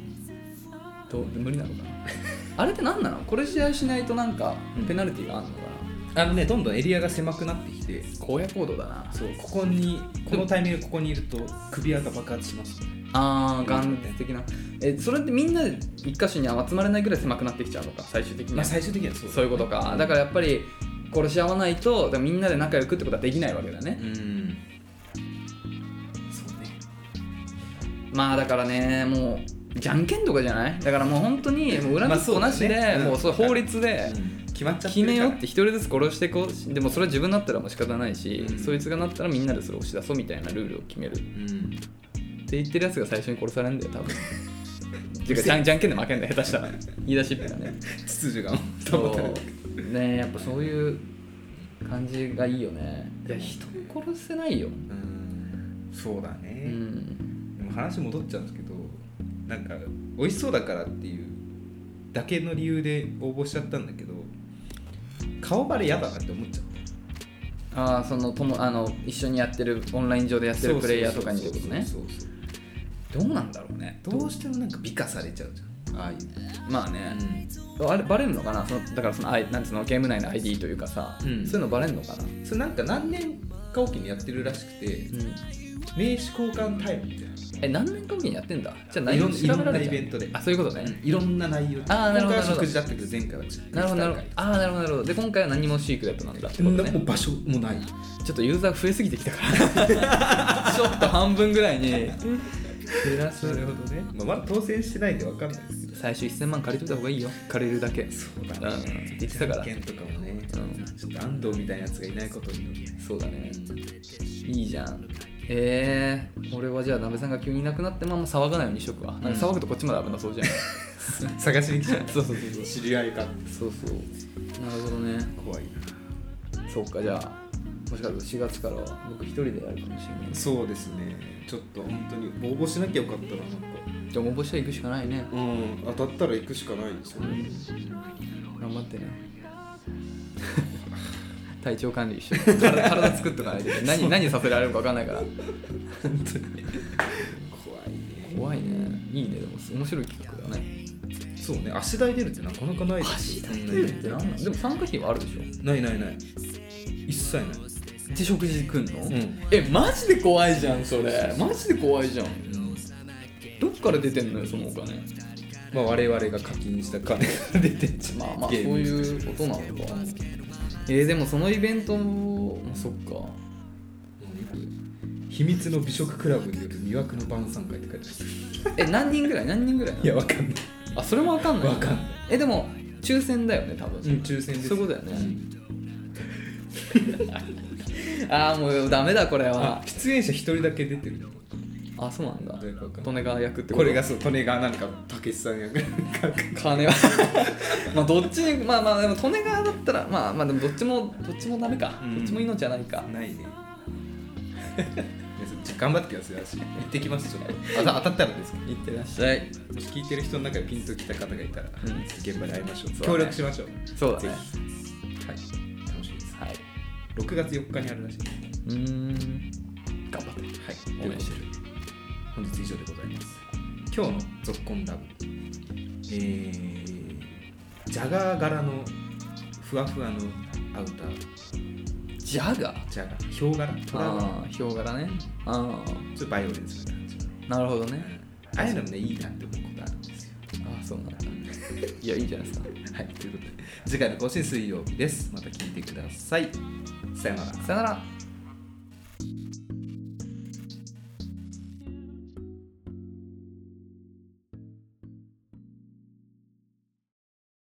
Speaker 2: どう無理なの かなあれって何なのこれ試合しないとなんか
Speaker 1: うん
Speaker 2: ペナルティがあるのか
Speaker 1: あのねどんどんエリアが狭くなってきて
Speaker 2: な荒野行動だな
Speaker 1: そうここにこのタイミングでここにいると首輪が爆発します
Speaker 2: あーガン的なえそれってみんなで一箇所には集まれないぐらい狭くなってきちゃうのか最終的に
Speaker 1: ま
Speaker 2: は
Speaker 1: あ最終的にはそう
Speaker 2: そういうことかだからやっぱり殺し合わないとだからみんなで仲良くってことはできないわけだね
Speaker 1: うんそうね
Speaker 2: まあだからねもうじゃんけんとかじゃないだからもう本当にもう
Speaker 1: ま
Speaker 2: 恨み
Speaker 1: あ
Speaker 2: っこなし
Speaker 1: そ
Speaker 2: で、
Speaker 1: うだねうん
Speaker 2: もうそう法律で
Speaker 1: 決まっちゃっ
Speaker 2: 決
Speaker 1: てるか
Speaker 2: め
Speaker 1: ら
Speaker 2: ようって一人ずつ殺していこうでもそれは自分だったらもう仕方ないし、
Speaker 1: うん
Speaker 2: そいつがなったらみんなでそれを押し出そうみたいなルールを決めるって
Speaker 1: うん
Speaker 2: 言ってるやつが最初に殺されるんだよ多 分ていうかじゃんじゃんけんで負けんだよ下手したら言い出しっぺがね
Speaker 1: 秩序が
Speaker 2: そうねやっぱそういう感じがいいよねいや人も殺せないよ
Speaker 1: うんそうだ
Speaker 2: う
Speaker 1: ね、
Speaker 2: ん
Speaker 1: でも話戻っちゃうんですけどなんか美味しそうだからっていうだけの理由で応募しちゃったんだけど顔バレ嫌だなって思っちゃった
Speaker 2: ああそのともあの一緒にやってるオンライン上でやってるプレイヤーとかにってことね
Speaker 1: そうそうそうそう
Speaker 2: どうなんだろうね
Speaker 1: どうしてもなんか美化されちゃうじゃんああいう
Speaker 2: まあね、あれバレるのかなそのだからそのあいなんつうのゲーム内の ID というかさ、
Speaker 1: うん
Speaker 2: そういうのバレるのかな、
Speaker 1: うん、それなんか何年かおきにやってるらしくて名刺交換タイムみたいな
Speaker 2: え何年かおきにやってんだじゃあ
Speaker 1: い
Speaker 2: 内
Speaker 1: ろ
Speaker 2: 容
Speaker 1: ん
Speaker 2: 調べられち
Speaker 1: いろん
Speaker 2: ゃう
Speaker 1: なイベントで
Speaker 2: あそういうことね、
Speaker 1: うんいろんな内容
Speaker 2: あーなるほど
Speaker 1: 今回は
Speaker 2: なるほど
Speaker 1: 食事だったけど前回は違う
Speaker 2: なるほどなるほどああなるほどなるほどで今回は何もシークレットなんだってこと
Speaker 1: なんかも
Speaker 2: ね
Speaker 1: う場所もない
Speaker 2: ちょっとユーザー増えすぎてきたから ちょっと半分ぐらいに減らす
Speaker 1: どね、まあ、まだ当選してないんで分かんないですけど
Speaker 2: 最初1000万借りといた方がいいよ借りるだけ
Speaker 1: そう
Speaker 2: だね言ってたから
Speaker 1: 件とかもね、
Speaker 2: うん
Speaker 1: ちょっと安藤みたいなやつがいないことによっ て
Speaker 2: そうだねいいじゃんえー、俺はじゃあ鍋さんが急にいなくなってまあもう騒がないようにしとくわなんか騒ぐとこっちまで危なそうじゃん
Speaker 1: 探しに来ちゃう
Speaker 2: そうそうそう
Speaker 1: 知り合いか
Speaker 2: そうそうなるほどね
Speaker 1: 怖い
Speaker 2: そうかじゃあもしかすると4月からは僕一人でやるかもしれない
Speaker 1: なそうですねちょっと本当に応募しなきゃよかったらなんか
Speaker 2: でも応募したら行くしかないね
Speaker 1: うん当たったら行くしかないですよね
Speaker 2: 頑張って ね体調管理一緒に体体作っとかないと何何させられるか分かんないから
Speaker 1: 本当に怖いね
Speaker 2: 怖いねいいねでも面白い企画だね
Speaker 1: そうね足台出るってなかなかないですよ
Speaker 2: なんなんでも参加費はあるでしょ
Speaker 1: ないないない一切ない
Speaker 2: で食事行くんの、
Speaker 1: ん
Speaker 2: えマジで怖いじゃんそれマジで怖いじゃんどっから出てんのよそのお金
Speaker 1: まあ我々が課金した金が出てんじゃん
Speaker 2: まあまあそう
Speaker 1: ゲーム
Speaker 2: いうことなのかえー、でもそのイベントもそっか
Speaker 1: 秘密の美食クラブによる魅惑の晩餐会って書いてあ
Speaker 2: え何人ぐらい何人ぐらいな
Speaker 1: るい
Speaker 2: の
Speaker 1: やわかんない
Speaker 2: あそれもわかんない
Speaker 1: わかんない
Speaker 2: えでも抽選だよね多分、
Speaker 1: うん抽選です
Speaker 2: そういうことだよね、ああもうダメだこれ
Speaker 1: あ
Speaker 2: は
Speaker 1: 出演者一人だけ出てる
Speaker 2: あそうなんだ
Speaker 1: 誰かわかん
Speaker 2: 利根川役って
Speaker 1: これがそう利根川なんかたけしさんやからなんか
Speaker 2: 金は まあどっちにまあまあでも利根川だったらまあまあでもどっちもどっちもダメか、
Speaker 1: うん
Speaker 2: どっちも命じゃないか
Speaker 1: ないねいやちょ頑張ってください私行ってきますちょっとあた当たったらですけど
Speaker 2: いってらっしゃい
Speaker 1: もし聞いてる人の中でピンときた方がいたら、
Speaker 2: ん
Speaker 1: 現場で会いましょう
Speaker 2: そうだね
Speaker 1: 協力しましょう
Speaker 2: そうだね
Speaker 1: ぜひはい楽しみです
Speaker 2: はい
Speaker 1: 6月4日にあるらしいです
Speaker 2: うーん頑張って
Speaker 1: はい
Speaker 2: 応援して
Speaker 1: る本日以上でございます今日の「ぞっこんラブ」えー、ジャガー柄のふわふわのアウター
Speaker 2: ジャガー
Speaker 1: ジャガーヒョウ柄トラ柄
Speaker 2: ああヒョウ柄ねあ
Speaker 1: ちょっとバイオレンスな感じの
Speaker 2: あなるほどね
Speaker 1: ああいうのもねいいなって思うことあるんですよ
Speaker 2: ああそう なんだいやいいじゃないですか
Speaker 1: はいということで次回の更新水曜日ですまた聞いてくださいさよなら
Speaker 2: さよなら